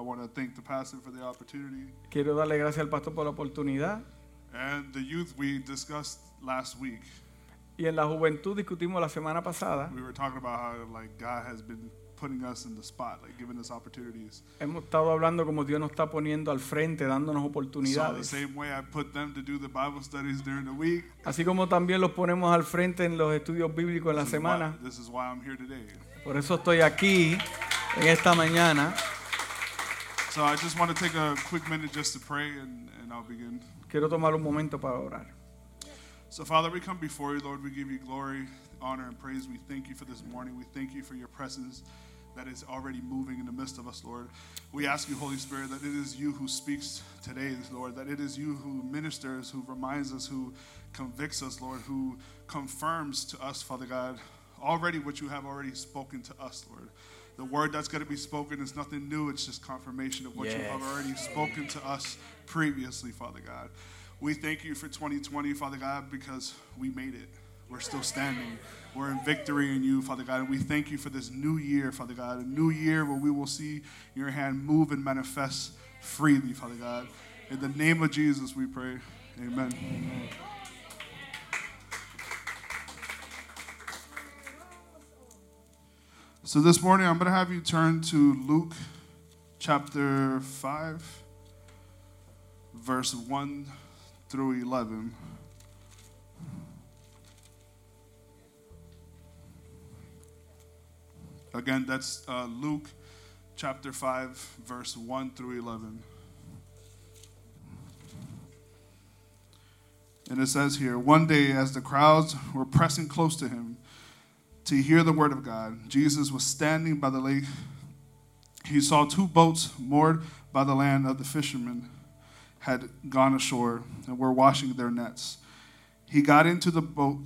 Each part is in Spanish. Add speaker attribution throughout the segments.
Speaker 1: want to thank the pastor for the opportunity.
Speaker 2: Quiero darle gracias al pastor por la oportunidad.
Speaker 1: And the youth we discussed last week,
Speaker 2: Y en la juventud discutimos la semana pasada.
Speaker 1: we were talking about how like God has been putting us in the spotlight, giving us opportunities.
Speaker 2: Hemos estado hablando como Dios nos está poniendo al frente, dándonos
Speaker 1: So the
Speaker 2: oportunidades.
Speaker 1: same way I put them to do the Bible studies during the week,
Speaker 2: Así como también los ponemos al frente en los estudios bíblicos en la
Speaker 1: this is why-
Speaker 2: semana.
Speaker 1: this is why I'm here today.
Speaker 2: Por eso estoy aquí en esta mañana.
Speaker 1: So I just want to take a quick minute just to pray and, and I'll begin.
Speaker 2: Quiero tomar un momento para orar.
Speaker 1: So, Father, we come before you, Lord. We give you glory, honor, and praise. We thank you for this morning. We thank you for your presence that is already moving in the midst of us, Lord. We ask you, Holy Spirit, that it is you who speaks today, Lord, that it is you who ministers, who reminds us, who convicts us, Lord, who confirms to us, Father God, already what you have already spoken to us, Lord. The word that's going to be spoken is nothing new, it's just confirmation of what you have
Speaker 2: Yes.
Speaker 1: already spoken to us previously, Father God. We thank you for 2020, Father God, because we made it. We're still standing. We're in victory in you, Father God. And we thank you for this new year, Father God, a new year where we will see your hand move and manifest freely, Father God. In the name of Jesus, we pray. Amen. So this morning, I'm going to have you turn to Luke chapter 5 verse 1 through 11. Again, that's uh, Luke chapter 5, verse 1 through 11. And it says here One day, as the crowds were pressing close to him to hear the word of God, Jesus was standing by the lake. He saw two boats moored by the land of the fishermen had gone ashore and were washing their nets. He got into the boat,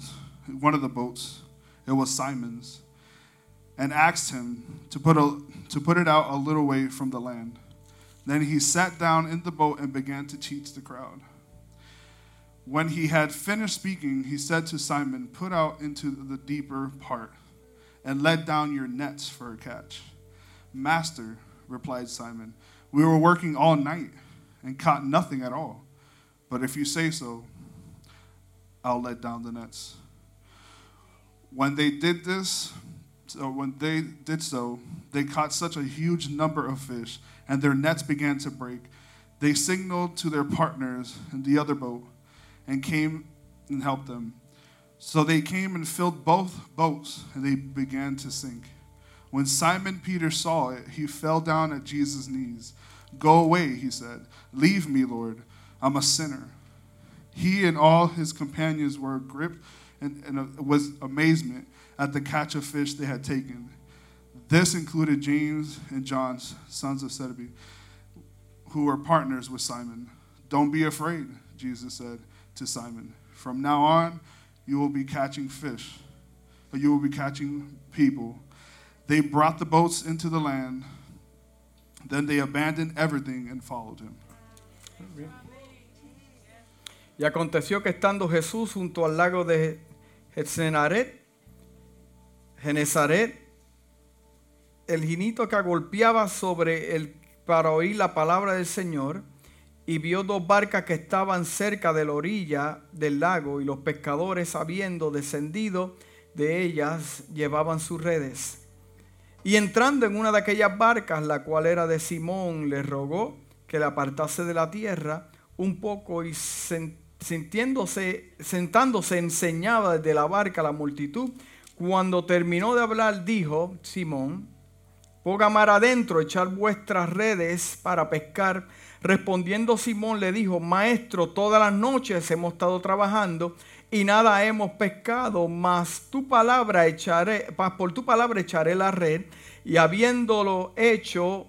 Speaker 1: one of the boats, it was Simon's, and asked him to put, a, to put it out a little way from the land. Then he sat down in the boat and began to teach the crowd. When he had finished speaking, he said to Simon, Put out into the deeper part and let down your nets for a catch. Master, replied Simon, we were working all night and caught nothing at all. But if you say so, I'll let down the nets. When they did this, so when they did so, they caught such a huge number of fish, and their nets began to break. They signaled to their partners in the other boat and came and helped them. So they came and filled both boats, and they began to sink. When Simon Peter saw it, he fell down at Jesus' knees. Go away, he said. Leave me, Lord. I'm a sinner. He and all his companions were gripped and, and uh, was amazement at the catch of fish they had taken. This included James and John, sons of Zebedee, who were partners with Simon. Don't be afraid, Jesus said to Simon. From now on, you will be catching fish. You will be catching people. They brought the boats into the land. Then they abandoned everything and followed him.
Speaker 2: Y aconteció que estando Jesús junto al lago de Genezaret, Genezaret, el ginito que agolpeaba sobre el para oír la palabra del Señor, y vio dos barcas que estaban cerca de la orilla del lago, y los pescadores, habiendo descendido de ellas, llevaban sus redes. Y entrando en una de aquellas barcas, la cual era de Simón, le rogó que le apartase de la tierra un poco y sen- sintiéndose, sentándose enseñaba desde la barca a la multitud. Cuando terminó de hablar, dijo Simón, Ponga mar adentro, echar vuestras redes para pescar. Respondiendo Simón le dijo, Maestro, todas las noches hemos estado trabajando y nada hemos pescado, mas tu palabra echaré, mas por tu palabra echaré la red. Y habiéndolo hecho,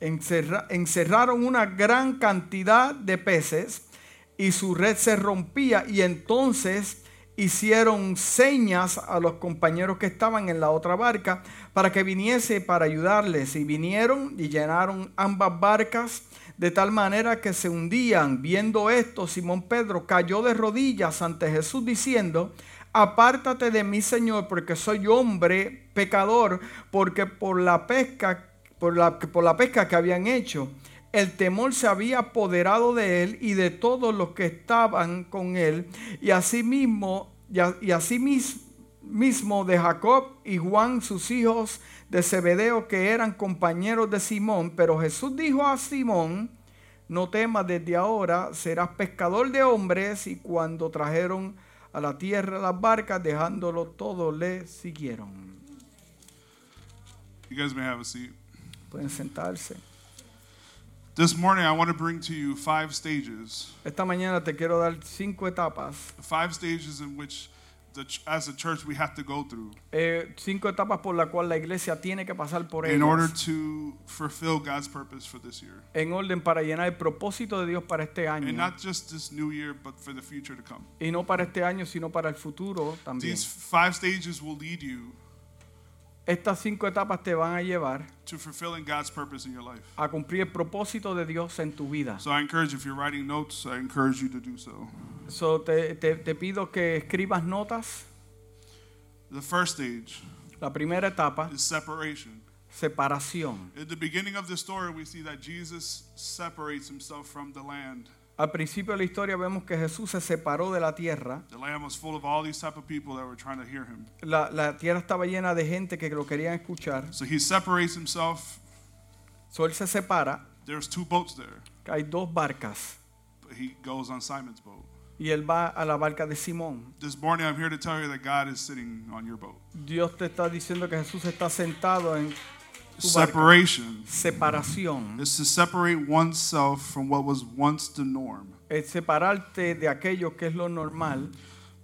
Speaker 2: encerra- encerraron una gran cantidad de peces y su red se rompía y entonces hicieron señas a los compañeros que estaban en la otra barca para que viniese para ayudarles y vinieron y llenaron ambas barcas de tal manera que se hundían. Viendo esto, Simón Pedro cayó de rodillas ante Jesús diciendo, apártate de mí, Señor, porque soy hombre pecador, porque por la pesca por la, por la pesca que habían hecho. El temor se había apoderado de él y de todos los que estaban con él, y asimismo, y, a- y asimismo mismo de Jacob y Juan, sus hijos de Zebedeo, que eran compañeros de Simón. Pero Jesús dijo a Simón, no temas desde ahora, serás pescador de hombres. Y cuando trajeron a la tierra las barcas, dejándolo todo, le siguieron.
Speaker 1: You guys may have a seat.
Speaker 2: Pueden sentarse.
Speaker 1: This morning, I want to bring to you five stages.
Speaker 2: Esta mañana te quiero dar cinco etapas.
Speaker 1: Five stages in which, the ch- as a church, we have to go through
Speaker 2: eh, cinco etapas por la cual la iglesia tiene que pasar por
Speaker 1: in order
Speaker 2: ellas.
Speaker 1: to fulfill God's purpose for this year.
Speaker 2: En orden para llenar el propósito de Dios para este
Speaker 1: And
Speaker 2: año.
Speaker 1: not just this new year, but for the future to come.
Speaker 2: Y no para este año, sino para el futuro también.
Speaker 1: These five stages will lead you
Speaker 2: Estas cinco etapas te van a llevar
Speaker 1: to fulfilling God's purpose in your life.
Speaker 2: a cumplir el propósito de Dios en tu vida.
Speaker 1: So I encourage, if you're writing notes, I encourage you to do so.
Speaker 2: So, te, te- te pido que escribas notas.
Speaker 1: The first stage
Speaker 2: La primera etapa,
Speaker 1: is separation.
Speaker 2: separación.
Speaker 1: At the beginning of the story, we see that Jesus separates himself from the land.
Speaker 2: Al principio de la historia vemos que Jesús se separó de la tierra.
Speaker 1: The land was full of all these type of people that were trying to hear him.
Speaker 2: La, la tierra estaba llena de gente que lo querían escuchar.
Speaker 1: So he separates himself.
Speaker 2: So, él se separa.
Speaker 1: There's two boats there,
Speaker 2: Hay dos barcas.
Speaker 1: but he goes on Simon's boat.
Speaker 2: Y él va a la barca de Simón.
Speaker 1: This morning, I'm here to tell you that God is sitting on your boat.
Speaker 2: Dios te está diciendo que Jesús está sentado en tu barca.
Speaker 1: Separation
Speaker 2: Separación.
Speaker 1: is to separate oneself from what was once the norm.
Speaker 2: El separarte de aquello que es lo normal.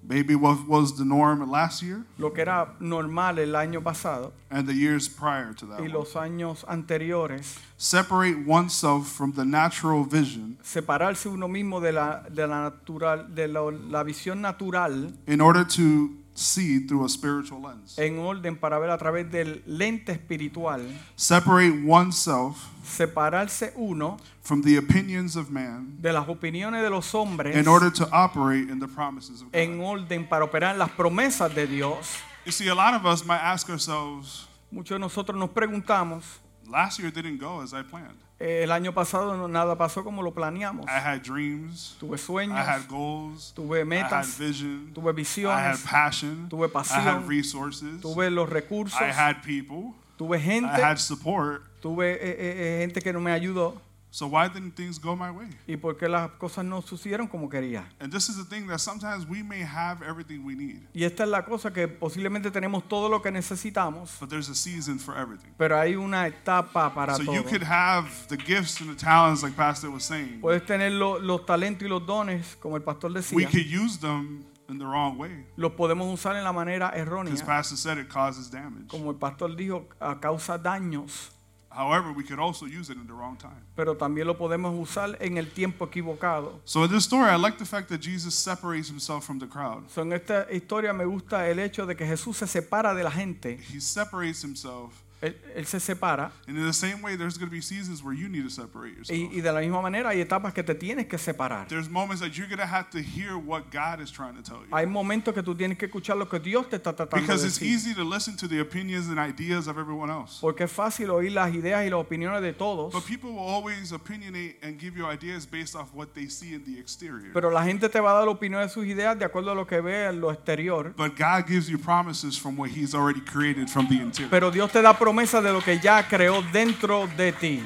Speaker 1: Maybe what was the norm last year
Speaker 2: lo que era normal el año pasado
Speaker 1: and the years prior to that.
Speaker 2: y
Speaker 1: one.
Speaker 2: los años anteriores,
Speaker 1: Separate oneself from the natural vision
Speaker 2: separarse uno mismo de la, de la, natural, de la, la visión natural
Speaker 1: in order to see through a spiritual lens.
Speaker 2: en orden para ver a través del lente espiritual,
Speaker 1: Separate oneself
Speaker 2: separarse uno
Speaker 1: from the opinions of man
Speaker 2: de las opiniones de los hombres
Speaker 1: in order to operate in the promises of
Speaker 2: en
Speaker 1: God.
Speaker 2: orden para operar en las promesas de Dios.
Speaker 1: You see, a lot of us might ask ourselves,
Speaker 2: Muchos de nosotros nos preguntamos,
Speaker 1: last year didn't go as I planned.
Speaker 2: eh, el año pasado no- nada pasó como lo planeamos.
Speaker 1: I had dreams,
Speaker 2: Tuve
Speaker 1: I
Speaker 2: sueños,
Speaker 1: had goals,
Speaker 2: tuve
Speaker 1: I had
Speaker 2: metas,
Speaker 1: vision,
Speaker 2: tuve
Speaker 1: I had
Speaker 2: visiones,
Speaker 1: passion, I
Speaker 2: tuve
Speaker 1: had
Speaker 2: pasión,
Speaker 1: resources,
Speaker 2: tuve los recursos,
Speaker 1: I had people,
Speaker 2: tuve
Speaker 1: I
Speaker 2: gente.
Speaker 1: had support.
Speaker 2: Tuve eh, eh, eh, gente que no me ayudó
Speaker 1: So why didn't things go my way?
Speaker 2: y porque las cosas no sucedieron como quería.
Speaker 1: And this is the thing that sometimes we may have everything we need,
Speaker 2: Y esta es la cosa que posiblemente tenemos todo lo que necesitamos,
Speaker 1: but there's a season for everything.
Speaker 2: pero hay una etapa para
Speaker 1: So
Speaker 2: todo.
Speaker 1: you could have the gifts and the talents, like Pastor was saying.
Speaker 2: Puedes tener lo- los talentos y los dones, como el pastor
Speaker 1: We
Speaker 2: decía,
Speaker 1: could use them in the wrong way,
Speaker 2: los podemos usar en la manera
Speaker 1: because
Speaker 2: errónea,
Speaker 1: Pastor said it causes damage.
Speaker 2: como el pastor dijo, a causa daños,
Speaker 1: However, we could also use it in the wrong time.
Speaker 2: pero también lo podemos usar en el tiempo equivocado.
Speaker 1: So in this story, I like the fact that Jesus separates himself from the crowd.
Speaker 2: So, en esta historia me gusta el hecho de que Jesús se separa de la gente,
Speaker 1: He separates himself,
Speaker 2: él, él se separa
Speaker 1: and in the same way, there's going to be seasons where you need to separate yourself.
Speaker 2: y, y de la misma manera hay etapas que te tienes que separar.
Speaker 1: There's moments that you're going to have to hear what God is trying to tell you.
Speaker 2: Hay momentos que tú tienes que escuchar lo que Dios te está tratando
Speaker 1: Because
Speaker 2: de
Speaker 1: it's
Speaker 2: decir.
Speaker 1: easy to listen to the opinions and ideas of everyone else.
Speaker 2: Porque es fácil oír las ideas y las opiniones de todos.
Speaker 1: But people will always opinionate and give you ideas based off what they see in the exterior.
Speaker 2: Pero la gente te va a dar la opinión de sus ideas de acuerdo a lo que ve en lo exterior.
Speaker 1: But God gives you promises from what He's already created from the interior.
Speaker 2: Pero Dios te da promesa de lo que ya creó dentro de ti.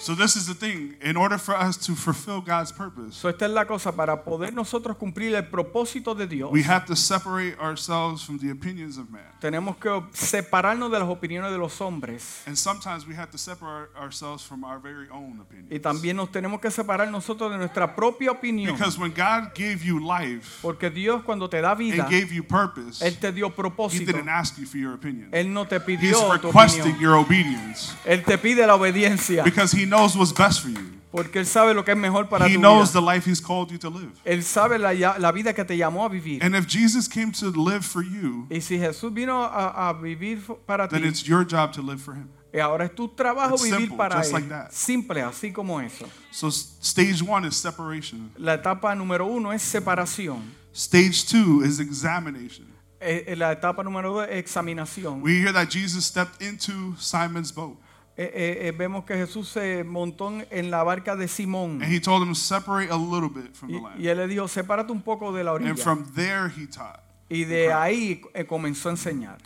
Speaker 1: So, this is the thing. In order for us to fulfill God's purpose,
Speaker 2: So, esta es la cosa. Para poder nosotros cumplir el propósito de Dios,
Speaker 1: we have to separate ourselves from the opinions of man.
Speaker 2: tenemos que separarnos de las opiniones de los hombres.
Speaker 1: And sometimes we have to separate ourselves from our very own opinions.
Speaker 2: Y también nos tenemos que separar nosotros de nuestra propia opinión.
Speaker 1: Because when God gave you life
Speaker 2: Porque Dios cuando te da vida,
Speaker 1: and gave you purpose,
Speaker 2: Él te dio
Speaker 1: He
Speaker 2: propósito.
Speaker 1: didn't ask you for your opinion.
Speaker 2: Él no te
Speaker 1: He's
Speaker 2: pidió tu opinión.
Speaker 1: requesting your obedience
Speaker 2: Él te pide la obediencia
Speaker 1: because He knows what's best for you.
Speaker 2: porque Él sabe lo que es mejor para
Speaker 1: He
Speaker 2: tu
Speaker 1: knows the
Speaker 2: vida.
Speaker 1: life He's called you to live.
Speaker 2: Él sabe la, ya- la vida que te llamó a vivir.
Speaker 1: And if Jesus came to live for you,
Speaker 2: Y si Jesús vino a, a vivir f- para
Speaker 1: then
Speaker 2: ti,
Speaker 1: it's your job to live for Him.
Speaker 2: y ahora es tu trabajo
Speaker 1: It's
Speaker 2: vivir
Speaker 1: simple,
Speaker 2: para
Speaker 1: just
Speaker 2: Él.
Speaker 1: like that.
Speaker 2: Simple, así como eso.
Speaker 1: So s- stage one is separation.
Speaker 2: La etapa número uno es separación.
Speaker 1: Stage two is examination.
Speaker 2: Eh, eh, La etapa número dos es examinación.
Speaker 1: We hear that Jesus stepped into Simon's boat.
Speaker 2: eh, eh, vemos que Jesús se montó en la barca de Simón.
Speaker 1: And he told him, Separate a little bit from the
Speaker 2: Y,
Speaker 1: land.
Speaker 2: y él le dijo, sepárate un poco de la orilla.
Speaker 1: And from there he taught.
Speaker 2: y de ahí eh, comenzó a enseñar.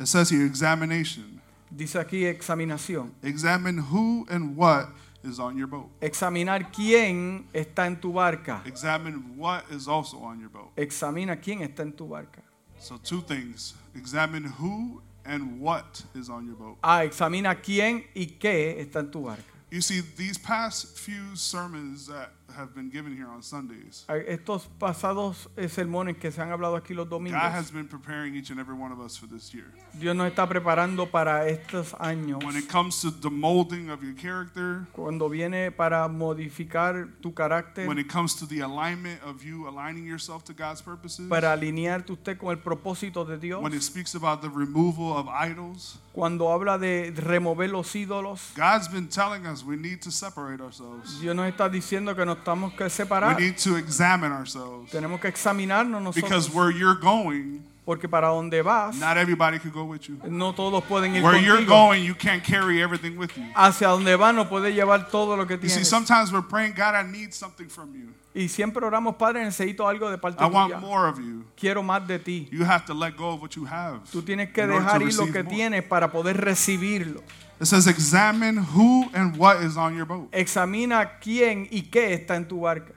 Speaker 1: It says here, examination.
Speaker 2: Dice aquí examinación.
Speaker 1: Examine who and what is on your boat.
Speaker 2: Examinar quién está en tu barca.
Speaker 1: Examine what is also on your boat.
Speaker 2: Examina quién está en tu barca.
Speaker 1: So, two things examine who and what is on your boat.
Speaker 2: Ah, examina quién y qué está en tu barca.
Speaker 1: You see, these past few sermons that have been given here on Sundays,
Speaker 2: Ah, Estos pasados eh, sermones que se han hablado aquí los domingos,
Speaker 1: God has been preparing each and every one of us for this year.
Speaker 2: Dios nos está preparando para estos años.
Speaker 1: When it comes to the molding of your character,
Speaker 2: Cuando viene para modificar tu carácter,
Speaker 1: when it comes to the alignment of you aligning yourself to God's purposes,
Speaker 2: para alinearte usted con el propósito de Dios.
Speaker 1: when it speaks about the removal of idols,
Speaker 2: Cuando habla de remover los ídolos,
Speaker 1: God's been telling us we need to separate ourselves.
Speaker 2: Dios nos está diciendo que nos estamos que
Speaker 1: We
Speaker 2: separar.
Speaker 1: need to examine ourselves
Speaker 2: Tenemos que examinarnos nosotros.
Speaker 1: because where you're going,
Speaker 2: Porque para donde vas,
Speaker 1: not everybody could go with you.
Speaker 2: no todos pueden ir
Speaker 1: Where you're
Speaker 2: contigo.
Speaker 1: going, you can't carry everything with you.
Speaker 2: Hacia donde vas no puedes llevar todo lo que
Speaker 1: You see,
Speaker 2: tienes.
Speaker 1: sometimes we're praying, God, I need something from you.
Speaker 2: Y siempre oramos, Padre, necesito algo de parte
Speaker 1: I want
Speaker 2: tuya.
Speaker 1: more of you.
Speaker 2: Quiero más de ti.
Speaker 1: You have to let go of what you have.
Speaker 2: Tú tienes que
Speaker 1: in order to
Speaker 2: dejar ir lo
Speaker 1: receive
Speaker 2: que
Speaker 1: more.
Speaker 2: tienes para poder recibirlo.
Speaker 1: It says, examine who and what is on your boat.
Speaker 2: Examina quién y qué está en tu barca.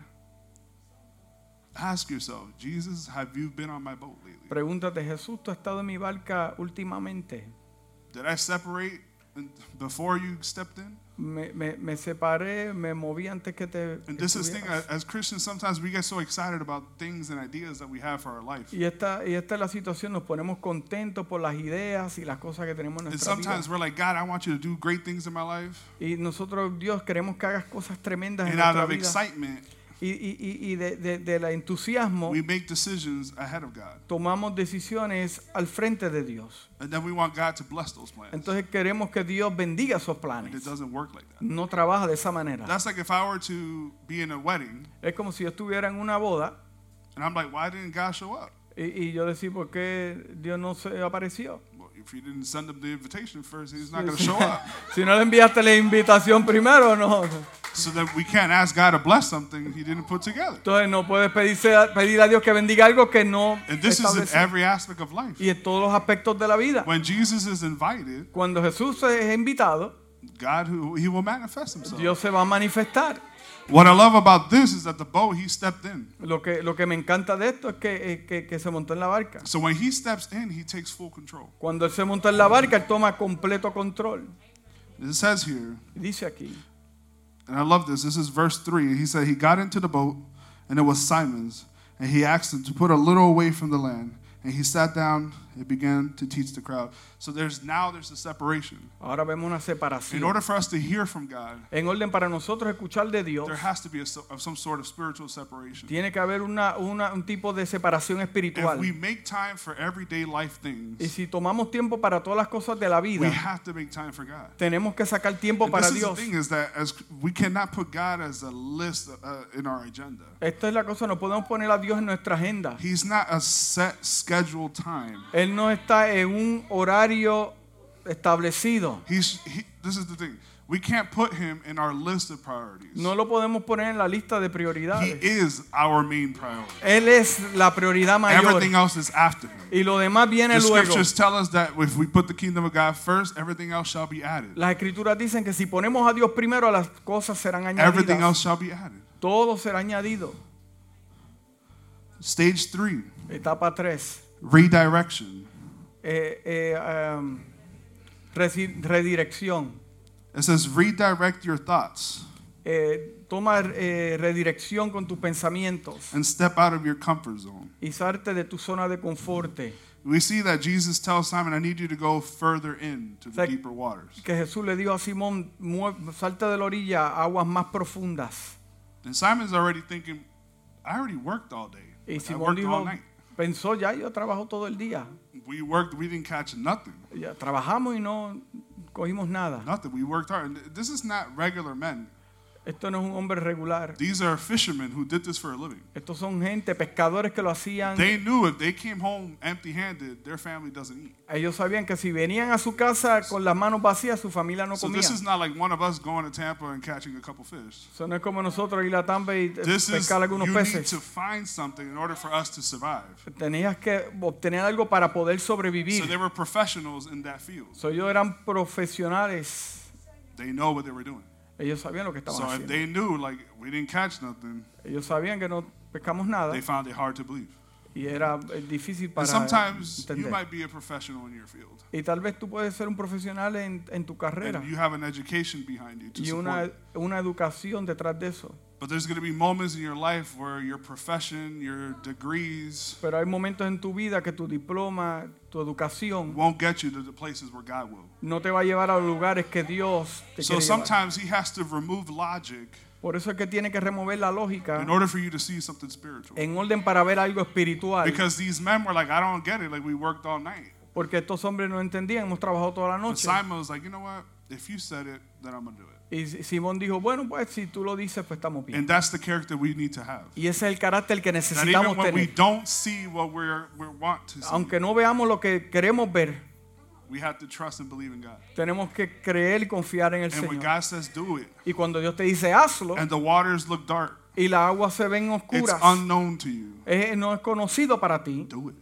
Speaker 1: Ask yourself, Jesus, have you been on my boat lately?
Speaker 2: Pregúntate, Jesús, ¿tú has estado en mi barca últimamente?
Speaker 1: Did I separate in- before you stepped in?
Speaker 2: Me, me- me separé, me moví antes que te...
Speaker 1: And this is the thing,
Speaker 2: estuvieras.
Speaker 1: as Christians, sometimes we get so excited about things and ideas that we have for our life.
Speaker 2: Y esta, y esta es la situación, nos ponemos contentos por las ideas y las cosas que tenemos en
Speaker 1: And
Speaker 2: nuestra vida.
Speaker 1: sometimes we're like, God, I want you to do great things in my life.
Speaker 2: Y nosotros, Dios, queremos que hagas cosas tremendas en
Speaker 1: And out
Speaker 2: nuestra
Speaker 1: of
Speaker 2: vida.
Speaker 1: excitement,
Speaker 2: Y, y, y- y de, de, del entusiasmo
Speaker 1: we make decisions ahead of God.
Speaker 2: tomamos decisiones al frente de Dios.
Speaker 1: And then we want God to bless those plans.
Speaker 2: Entonces queremos que Dios bendiga esos
Speaker 1: And it
Speaker 2: planes.
Speaker 1: doesn't work like that.
Speaker 2: No trabaja de esa manera.
Speaker 1: That's like if I were to be in a wedding
Speaker 2: Es como si yo estuviera en una boda
Speaker 1: and I'm like, why didn't God show up?
Speaker 2: y, y yo decir, ¿por qué Dios no se apareció?
Speaker 1: Well, if you didn't send him the invitation first, he's not going to show up.
Speaker 2: Si no le enviaste la invitación primero, no.
Speaker 1: So that we can't ask God to bless something he didn't put together.
Speaker 2: Entonces no puedes pedirse, pedir a Dios que bendiga algo que no
Speaker 1: And this is in
Speaker 2: establece.
Speaker 1: every aspect of life.
Speaker 2: Y en todos los aspectos de la vida.
Speaker 1: When Jesus is invited,
Speaker 2: Cuando Jesús es invitado,
Speaker 1: God who he will manifest himself.
Speaker 2: Dios se va a manifestar.
Speaker 1: What I love about this is that the boat he stepped in.
Speaker 2: Lo que, lo que me encanta de esto es que, eh, que- que se montó en la barca.
Speaker 1: So when he steps in, he takes full control.
Speaker 2: Cuando él se monta en la barca, él toma completo control.
Speaker 1: It says here,
Speaker 2: Dice aquí.
Speaker 1: and I love this. This is verse 3. He said he got into the boat and it was Simon's, and he asked him to put a little away from the land. And he sat down and began to teach the crowd. So there's now there's a separation.
Speaker 2: Ahora vemos una
Speaker 1: In
Speaker 2: separación.
Speaker 1: order for us to hear from God,
Speaker 2: En orden para nosotros escuchar de Dios,
Speaker 1: there has to be a, so- of some sort of spiritual separation.
Speaker 2: tiene que haber una, una- un tipo de separación
Speaker 1: If we
Speaker 2: espiritual.
Speaker 1: make time for everyday life
Speaker 2: Y
Speaker 1: things,
Speaker 2: si tomamos tiempo para todas las cosas de la
Speaker 1: we
Speaker 2: vida,
Speaker 1: have to make time for God.
Speaker 2: tenemos que sacar tiempo
Speaker 1: And
Speaker 2: para
Speaker 1: this is the
Speaker 2: Dios.
Speaker 1: thing is that as we cannot put God as a list uh, in our agenda.
Speaker 2: Esta es la cosa, no podemos poner a Dios en nuestra agenda.
Speaker 1: He's not a set scheduled time.
Speaker 2: Él no está en un horario establecido.
Speaker 1: He's he, this is the thing. We can't put him in our list of priorities.
Speaker 2: No lo podemos poner en la lista de
Speaker 1: he
Speaker 2: prioridades.
Speaker 1: is our main priority.
Speaker 2: Él es la prioridad mayor.
Speaker 1: Everything else is after him.
Speaker 2: Y lo demás viene
Speaker 1: The
Speaker 2: luego.
Speaker 1: scriptures tell us that if we put the kingdom of God first, everything else shall be added.
Speaker 2: Las escrituras dicen que si ponemos a Dios primero, las cosas serán
Speaker 1: Everything
Speaker 2: añadidas.
Speaker 1: else shall be added.
Speaker 2: Todo será añadido.
Speaker 1: Stage 3,
Speaker 2: Etapa Eh, 3.
Speaker 1: redirection.
Speaker 2: um, redirección.
Speaker 1: It says redirect your thoughts
Speaker 2: Eh, toma eh, redirección con tus pensamientos
Speaker 1: and step out of your comfort zone.
Speaker 2: y salte de tu zona de confort.
Speaker 1: We see that Jesus tells Simon, I need you to go further in to the
Speaker 2: Sec-
Speaker 1: deeper waters.
Speaker 2: Que Jesús le dijo a Simón, "Mue- salta de la orilla a aguas más profundas.
Speaker 1: And Simon's already thinking, I already worked all day. Like,
Speaker 2: Y
Speaker 1: I
Speaker 2: Simón
Speaker 1: worked all
Speaker 2: dijo,
Speaker 1: night.
Speaker 2: pensó, ya yo trabajo todo el día.
Speaker 1: We worked, we didn't catch nothing.
Speaker 2: Ya trabajamos y no cogimos nada.
Speaker 1: Nothing. We worked hard. And th- this is not regular men.
Speaker 2: Esto no es un hombre regular.
Speaker 1: These are fishermen who did this for a living.
Speaker 2: Estos son gente, pescadores que lo hacían.
Speaker 1: They knew if they came home empty handed, their family doesn't eat.
Speaker 2: Ellos sabían que si venían a su casa con las manos vacías, su familia no
Speaker 1: So
Speaker 2: comía.
Speaker 1: this is not like one of us going to Tampa and catching a couple fish.
Speaker 2: Eso no es como nosotros ir a Tampa y eh,
Speaker 1: This is
Speaker 2: pescar algunos
Speaker 1: you need
Speaker 2: peces.
Speaker 1: to find something in order for us to survive.
Speaker 2: Tenías que obtener algo para poder sobrevivir.
Speaker 1: So they were professionals in that field.
Speaker 2: So, ellos eran profesionales.
Speaker 1: They know what they were doing.
Speaker 2: Ellos sabían lo que estaban
Speaker 1: So if
Speaker 2: haciendo.
Speaker 1: they knew like we didn't catch nothing,
Speaker 2: Ellos sabían que no pescamos nada
Speaker 1: they found it hard to believe.
Speaker 2: y era eh, difícil para
Speaker 1: And sometimes you
Speaker 2: entender.
Speaker 1: might be a professional in your field.
Speaker 2: Y tal vez tú puedes ser un profesional en, en tu carrera
Speaker 1: And you have an education behind you to
Speaker 2: y
Speaker 1: support
Speaker 2: una,
Speaker 1: it.
Speaker 2: una educación detrás de eso.
Speaker 1: But there's going to be moments in your life where your profession, your degrees
Speaker 2: Pero hay momentos en tu vida que tu diploma, tu educación,
Speaker 1: won't get you to the places where God will.
Speaker 2: no te va a llevar a los lugares que Dios te
Speaker 1: So
Speaker 2: quiere llevar.
Speaker 1: sometimes he has to remove logic
Speaker 2: Por eso es que tiene que remover la lógica
Speaker 1: in order for you to see something spiritual.
Speaker 2: en orden para ver algo espiritual.
Speaker 1: Because these men were like, I don't get it. Like, we worked all night.
Speaker 2: Porque estos hombres no entendían, hemos trabajado toda la
Speaker 1: But
Speaker 2: noche.
Speaker 1: Simon was like, you know what? If you said it, then I'm going to do it.
Speaker 2: Y S- Simón dijo, bueno, pues si tú lo dices, pues estamos bien.
Speaker 1: And that's the character we need to have.
Speaker 2: Y ese es el carácter que
Speaker 1: That even
Speaker 2: necesitamos
Speaker 1: when we
Speaker 2: tener.
Speaker 1: don't see what we're, we want to see,
Speaker 2: Aunque no veamos lo que queremos ver,
Speaker 1: we have to trust and believe in God.
Speaker 2: tenemos que creer y confiar en el
Speaker 1: And when
Speaker 2: Señor. Oh.
Speaker 1: God says do it,
Speaker 2: Y cuando Dios te dice hazlo
Speaker 1: and the waters look dark,
Speaker 2: y la agua se ven
Speaker 1: it's
Speaker 2: oscuras,
Speaker 1: unknown to you.
Speaker 2: es- no es conocido para ti,
Speaker 1: Do it.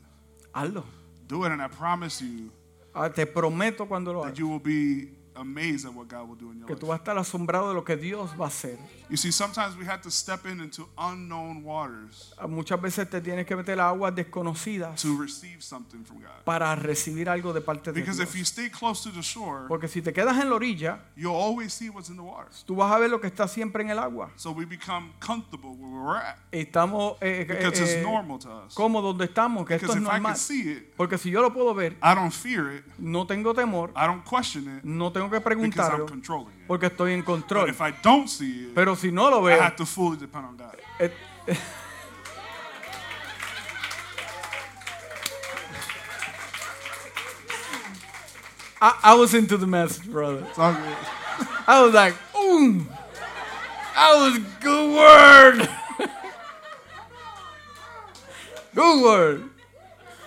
Speaker 2: hazlo.
Speaker 1: Do it, and I promise you
Speaker 2: Ah, Te prometo cuando lo
Speaker 1: that
Speaker 2: hagas
Speaker 1: you will be amazed at what God will do in your
Speaker 2: que
Speaker 1: life.
Speaker 2: tú vas a estar asombrado de lo que Dios va a hacer.
Speaker 1: You see, sometimes we have to step in into unknown waters
Speaker 2: Ah, Muchas veces te tienes que meter a aguas desconocidas
Speaker 1: to receive something from God.
Speaker 2: para recibir algo de parte de
Speaker 1: Because if you
Speaker 2: Dios.
Speaker 1: stay close to the shore,
Speaker 2: Porque si te quedas en la orilla,
Speaker 1: you'll always see what's in the water.
Speaker 2: tú vas a ver lo que está siempre en el agua.
Speaker 1: So we become comfortable where we're at
Speaker 2: Estamos eh, eh,
Speaker 1: because
Speaker 2: eh,
Speaker 1: it's normal to us.
Speaker 2: cómodos donde estamos, que esto
Speaker 1: Because
Speaker 2: es
Speaker 1: if I can
Speaker 2: normal.
Speaker 1: see it,
Speaker 2: Porque si yo lo puedo ver,
Speaker 1: I don't fear it,
Speaker 2: no tengo temor,
Speaker 1: I don't question it,
Speaker 2: no tengo que
Speaker 1: because I'm
Speaker 2: preguntarlo,
Speaker 1: controlling it.
Speaker 2: porque estoy en
Speaker 1: But
Speaker 2: control.
Speaker 1: if I don't see it,
Speaker 2: Pero si no lo
Speaker 1: I
Speaker 2: veo,
Speaker 1: have to fully depend on God.
Speaker 2: eh, I, I was into the message, brother.
Speaker 1: It's all good.
Speaker 2: I was like, ooh, that was good word. good word.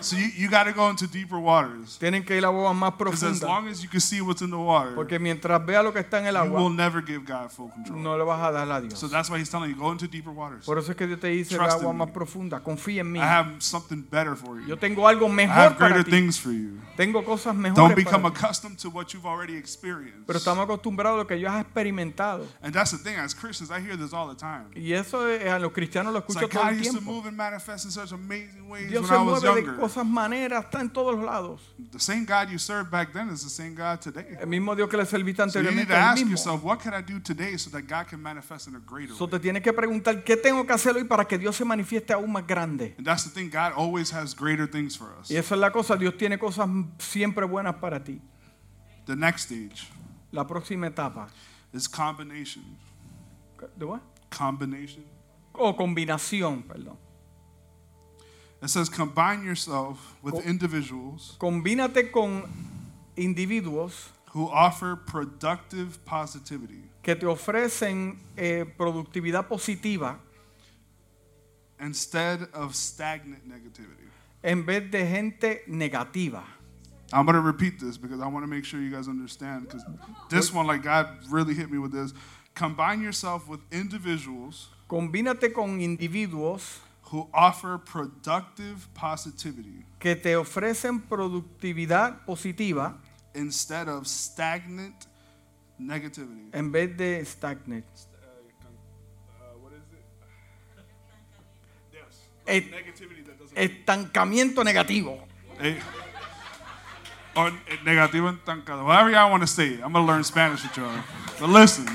Speaker 1: So you, you got to go into deeper waters.
Speaker 2: Tienen que ir a aguas más
Speaker 1: Because as
Speaker 2: profundas.
Speaker 1: long as you can see what's in the water,
Speaker 2: Porque mientras vea lo que está en el
Speaker 1: you will
Speaker 2: agua,
Speaker 1: never give God full control.
Speaker 2: no le vas a dar a Dios.
Speaker 1: So that's why he's telling you, go into deeper waters.
Speaker 2: Por eso es que Dios te dice, ve a
Speaker 1: Trust in
Speaker 2: agua
Speaker 1: me.
Speaker 2: más profunda, confía en mí.
Speaker 1: I have something better for you.
Speaker 2: Yo tengo algo
Speaker 1: I have
Speaker 2: mejor para
Speaker 1: greater
Speaker 2: ti.
Speaker 1: things for you.
Speaker 2: Tengo cosas
Speaker 1: Don't
Speaker 2: mejores
Speaker 1: become
Speaker 2: para ti.
Speaker 1: accustomed to what you've already experienced.
Speaker 2: Pero estamos acostumbrados a lo que yo has experimentado.
Speaker 1: And that's the thing, as Christians, I hear this all the time.
Speaker 2: Y eso eh, a los cristianos lo
Speaker 1: It's
Speaker 2: escucho
Speaker 1: like
Speaker 2: todo
Speaker 1: God
Speaker 2: el
Speaker 1: used to
Speaker 2: tiempo.
Speaker 1: move and manifest in such amazing ways
Speaker 2: Dios
Speaker 1: when
Speaker 2: se
Speaker 1: I was
Speaker 2: mueve de
Speaker 1: younger.
Speaker 2: cosas maneras, está en todos lados.
Speaker 1: The same God you served back then is the same God today.
Speaker 2: El mismo Dios que le serviste
Speaker 1: So you need
Speaker 2: anteriormente
Speaker 1: to
Speaker 2: es el
Speaker 1: ask
Speaker 2: mismo.
Speaker 1: yourself, what can I do today so that God can manifest in a greater
Speaker 2: So
Speaker 1: way?
Speaker 2: te tienes que preguntar qué tengo que hacer hoy para que Dios se manifieste aún más grande.
Speaker 1: And that's the thing, God always has greater things for us.
Speaker 2: Y esa es la cosa, Dios tiene cosas siempre buenas para ti.
Speaker 1: The next stage
Speaker 2: La próxima etapa.
Speaker 1: is combination.
Speaker 2: ¿De what?
Speaker 1: Combination.
Speaker 2: O combinación, perdón.
Speaker 1: It says, combine yourself with
Speaker 2: Co-
Speaker 1: individuals
Speaker 2: Combínate con individuos
Speaker 1: who offer productive positivity
Speaker 2: que te ofrecen eh, productividad positiva
Speaker 1: instead of stagnant negativity.
Speaker 2: en vez de gente negativa.
Speaker 1: I'm going to repeat this because I want to make sure you guys understand. Because this one, like God really hit me with this. Combine yourself with individuals
Speaker 2: Combínate con individuos
Speaker 1: who offer productive positivity
Speaker 2: que te ofrecen productividad positiva
Speaker 1: instead of stagnant negativity.
Speaker 2: en vez de stagnant. Yes.
Speaker 1: Negativity that doesn't.
Speaker 2: Estancamiento negativo.
Speaker 1: Eh, or eh, negativo estancado. However y'all want to say it. I'm gonna learn Spanish with y'all. But listen,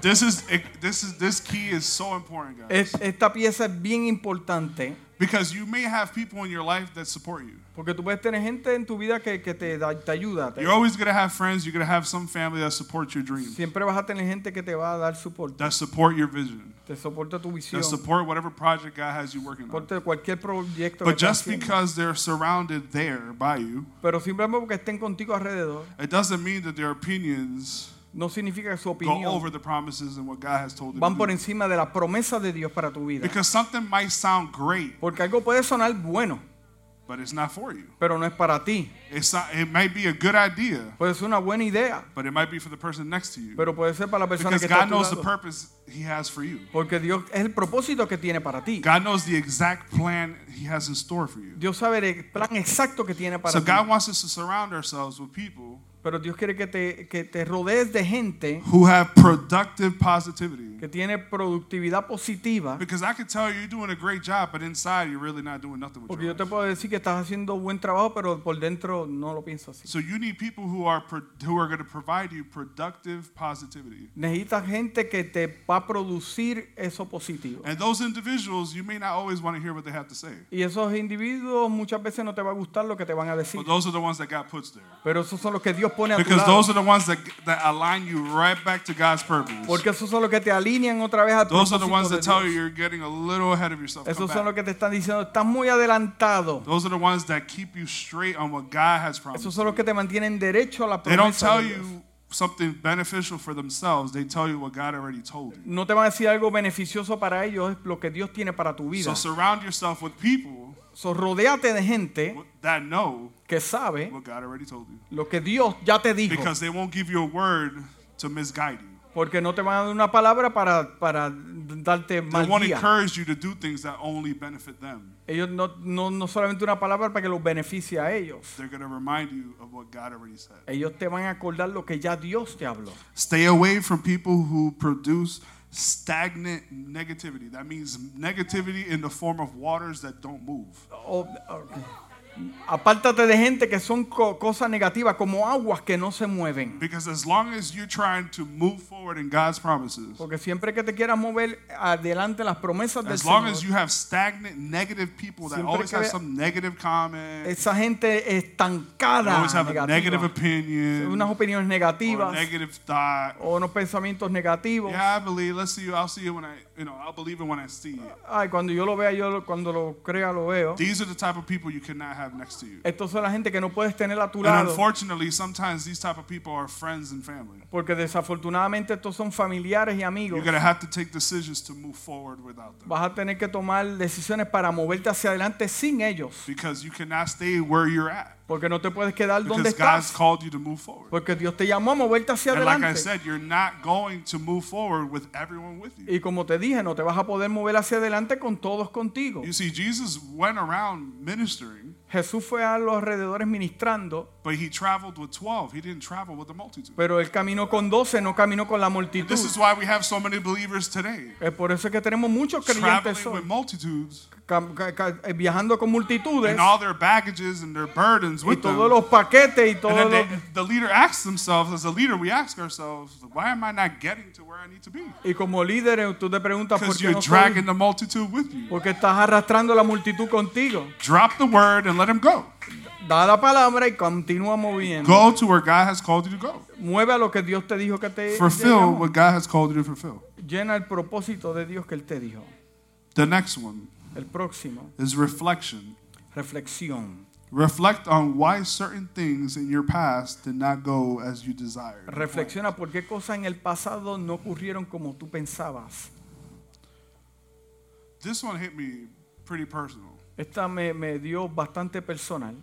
Speaker 1: this is it- this is this key is so important, guys.
Speaker 2: Es- esta pieza es bien importante
Speaker 1: because you may have people in your life that support you.
Speaker 2: porque tú puedes tener gente en tu vida que, que te, da- te ayuda. te-
Speaker 1: You're always gonna have friends. You're gonna have some family that support your dreams,
Speaker 2: siempre vas a tener gente que te va a dar soporte.
Speaker 1: that support your vision,
Speaker 2: Te soporta tu visión.
Speaker 1: that support whatever project God has you working on.
Speaker 2: soporte cualquier proyecto que
Speaker 1: But
Speaker 2: estás
Speaker 1: just
Speaker 2: haciendo.
Speaker 1: because they're surrounded there by you,
Speaker 2: Pero simplemente porque estén contigo alrededor,
Speaker 1: it doesn't mean that their opinions
Speaker 2: no significa que su
Speaker 1: go
Speaker 2: opinión
Speaker 1: over the promises and what God has told you.
Speaker 2: van por
Speaker 1: to do.
Speaker 2: encima de la promesa de Dios para tu vida.
Speaker 1: Because something might sound great,
Speaker 2: Porque algo puede sonar bueno,
Speaker 1: but it's not for you.
Speaker 2: pero no es para ti.
Speaker 1: It's not, it might be a good idea,
Speaker 2: Puede ser una buena idea,
Speaker 1: but it might be for the person next to you.
Speaker 2: pero puede ser para la persona
Speaker 1: Because
Speaker 2: que está a
Speaker 1: God
Speaker 2: tu
Speaker 1: knows the
Speaker 2: lado.
Speaker 1: purpose He has for you.
Speaker 2: Porque Dios es el propósito que tiene para ti.
Speaker 1: God knows the exact plan He has in store for you.
Speaker 2: Dios sabe el plan exacto que tiene para
Speaker 1: So
Speaker 2: ti.
Speaker 1: God wants us to surround ourselves with people
Speaker 2: Pero Dios quiere que te, que te rodees de gente
Speaker 1: who have productive positivity.
Speaker 2: que tiene productividad positiva.
Speaker 1: Because I can tell you, you're doing a great job, but inside you're really not doing nothing with
Speaker 2: Porque
Speaker 1: your
Speaker 2: yo te
Speaker 1: life.
Speaker 2: puedo decir que estás haciendo buen trabajo, pero por dentro no lo pienso así.
Speaker 1: So you need people who are pro- who are going to provide you productive positivity.
Speaker 2: Necesitas gente que te va a producir eso positivo.
Speaker 1: And those individuals, you may not always want to hear what they have to say,
Speaker 2: Y esos individuos muchas veces no te va a gustar lo que te van a decir.
Speaker 1: but those are the ones that God puts there.
Speaker 2: Pero esos son los que Dios pone a tu
Speaker 1: Because
Speaker 2: lado.
Speaker 1: those are the ones that, that align you right back to God's purpose.
Speaker 2: Porque esos son los que te alinean otra vez al
Speaker 1: Those are the ones that
Speaker 2: propósito de
Speaker 1: tell you
Speaker 2: Dios.
Speaker 1: you're getting a little ahead of yourself. Come
Speaker 2: Esos son
Speaker 1: back.
Speaker 2: los que te están diciendo, estás muy adelantado.
Speaker 1: Those are the ones that keep you straight on what God has
Speaker 2: Esos
Speaker 1: promised.
Speaker 2: son los que te mantienen derecho a la
Speaker 1: They don't
Speaker 2: promesa
Speaker 1: tell
Speaker 2: de Dios.
Speaker 1: you something beneficial for themselves. They tell you what God already told you.
Speaker 2: No te van a decir algo beneficioso para ellos, es lo que Dios tiene para tu
Speaker 1: So
Speaker 2: vida.
Speaker 1: surround yourself with people
Speaker 2: So, rodéate de gente
Speaker 1: that know
Speaker 2: que sabe
Speaker 1: what God already told you.
Speaker 2: lo que Dios ya te dijo.
Speaker 1: Because they won't give you a word to misguide you.
Speaker 2: Porque no te van a dar una palabra para, para darte
Speaker 1: They
Speaker 2: mal
Speaker 1: won't
Speaker 2: guía.
Speaker 1: encourage you to do things that only benefit them.
Speaker 2: Ellos no, no, no solamente una palabra para que los beneficie a ellos.
Speaker 1: They're going to remind you of what God already said.
Speaker 2: Ellos te van a acordar lo que ya Dios te habló.
Speaker 1: Stay away from people who produce stagnant negativity. That means negativity in the form of waters that don't move.
Speaker 2: O- o- apártate de gente que son co- cosas negativas, como aguas que no se mueven.
Speaker 1: Because as long as you're trying to move forward in God's promises,
Speaker 2: Porque siempre que te quieras mover adelante las promesas del
Speaker 1: as long
Speaker 2: Señor,
Speaker 1: as you have stagnant, negative people that
Speaker 2: Siempre
Speaker 1: always
Speaker 2: que
Speaker 1: have
Speaker 2: vea-
Speaker 1: some negative comment,
Speaker 2: esa gente
Speaker 1: they
Speaker 2: estancada,
Speaker 1: always have a negative
Speaker 2: negativa,
Speaker 1: opinion,
Speaker 2: unas opiniones
Speaker 1: or
Speaker 2: negativas
Speaker 1: negative thought.
Speaker 2: o unos pensamientos negativos.
Speaker 1: Yeah, I believe. Let's see you. I'll see you when I, you know, I'll believe it when I see it.
Speaker 2: Ay, cuando yo lo vea, yo lo- cuando lo crea, lo veo.
Speaker 1: These are the type of people you cannot have next to you.
Speaker 2: Estos son la gente que no puedes tener a tu
Speaker 1: And
Speaker 2: lado.
Speaker 1: unfortunately, sometimes these type of people are friends and family.
Speaker 2: Porque desafortunadamente estos son familiares y
Speaker 1: You're
Speaker 2: amigos.
Speaker 1: gonna have to take decisions to move forward without them.
Speaker 2: Vas a tener que tomar decisiones para moverte hacia adelante sin ellos.
Speaker 1: Because you cannot stay where you're at.
Speaker 2: Porque no te puedes quedar donde
Speaker 1: Because God's
Speaker 2: estás.
Speaker 1: called you to move forward.
Speaker 2: Porque Dios te llamó a moverte hacia
Speaker 1: And like I
Speaker 2: adelante.
Speaker 1: said, you're not going to move forward with everyone with you.
Speaker 2: Y como te dije, no te vas a poder mover hacia adelante con todos contigo.
Speaker 1: You see, Jesus went around ministering,
Speaker 2: Jesús fue a los alrededores ministrando,
Speaker 1: but he traveled with 12. He didn't travel with the multitude.
Speaker 2: pero él caminó con doce, no caminó con la multitud.
Speaker 1: This is why we have so many believers today.
Speaker 2: Es por eso que tenemos muchos creyentes
Speaker 1: Traveling
Speaker 2: hoy,
Speaker 1: with multitudes
Speaker 2: cam- ca- ca- eh, viajando con multitudes
Speaker 1: and all their baggages and their burdens
Speaker 2: y
Speaker 1: with them.
Speaker 2: todos los paquetes y
Speaker 1: And
Speaker 2: todos
Speaker 1: then
Speaker 2: los...
Speaker 1: they, the leader asks themselves, as a leader, we ask ourselves, why am I not getting to where I need to be?
Speaker 2: Y como líderes, tú te preguntas por
Speaker 1: Because
Speaker 2: qué
Speaker 1: you're
Speaker 2: no soy,
Speaker 1: dragging the multitude with you.
Speaker 2: porque estás arrastrando la multitud contigo.
Speaker 1: Drop the word and let him go.
Speaker 2: Da la palabra y continúa moviendo.
Speaker 1: Go to where God has called you to go.
Speaker 2: Mueve a lo que Dios te dijo que te te
Speaker 1: Fulfill
Speaker 2: llamó.
Speaker 1: what God has called you to fulfill.
Speaker 2: Llena el propósito de Dios que él te dijo.
Speaker 1: The next one
Speaker 2: El próximo,
Speaker 1: is reflection.
Speaker 2: reflexión.
Speaker 1: Reflect on why certain things in your past did not go as you desired.
Speaker 2: Reflexiona por qué cosas en el pasado no ocurrieron como tú pensabas.
Speaker 1: This one hit me pretty personal.
Speaker 2: Esta me, me dio bastante personal.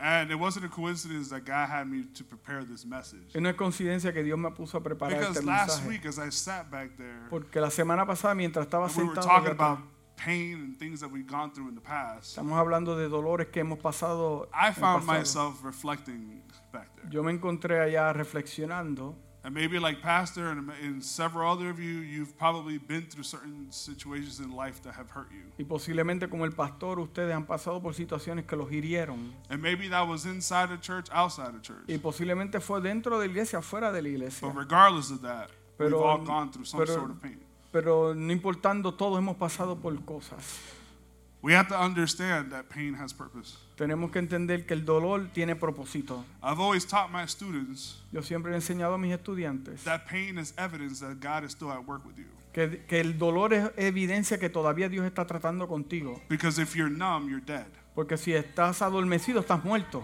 Speaker 1: And it wasn't a coincidence that God had me to prepare this message.
Speaker 2: Y no es coincidencia que Dios me puso a preparar
Speaker 1: Because
Speaker 2: este
Speaker 1: last
Speaker 2: mensaje.
Speaker 1: week, as I sat back there,
Speaker 2: Porque la semana pasada, mientras estaba
Speaker 1: And we were
Speaker 2: sentado,
Speaker 1: talking
Speaker 2: allá atrás,
Speaker 1: about pain and things that we've gone through in the past.
Speaker 2: estamos hablando de dolores que hemos pasado. en
Speaker 1: I
Speaker 2: el
Speaker 1: found
Speaker 2: pasado.
Speaker 1: myself reflecting back there.
Speaker 2: Yo me encontré allá reflexionando.
Speaker 1: And maybe, like Pastor and, and several other of you, you've probably been through certain situations in life that have hurt you.
Speaker 2: Y posiblemente como el pastor, ustedes han pasado por situaciones que los hirieron.
Speaker 1: And maybe that was inside the church, outside the
Speaker 2: Y
Speaker 1: church.
Speaker 2: posiblemente fue dentro de la iglesia, fuera de la iglesia.
Speaker 1: But regardless of that, we've
Speaker 2: Pero-
Speaker 1: all gone through some
Speaker 2: pero-
Speaker 1: sort of pain.
Speaker 2: Pero no importando, todos hemos pasado por cosas.
Speaker 1: We have to understand that pain has purpose.
Speaker 2: Tenemos que entender que el dolor tiene propósito.
Speaker 1: I've always taught my students
Speaker 2: Yo siempre he enseñado a mis estudiantes
Speaker 1: that pain is evidence that God is still at work with you.
Speaker 2: que, que el dolor es evidencia que todavía Dios está tratando contigo.
Speaker 1: Because if you're numb, you're dead.
Speaker 2: Porque si estás adormecido, estás muerto.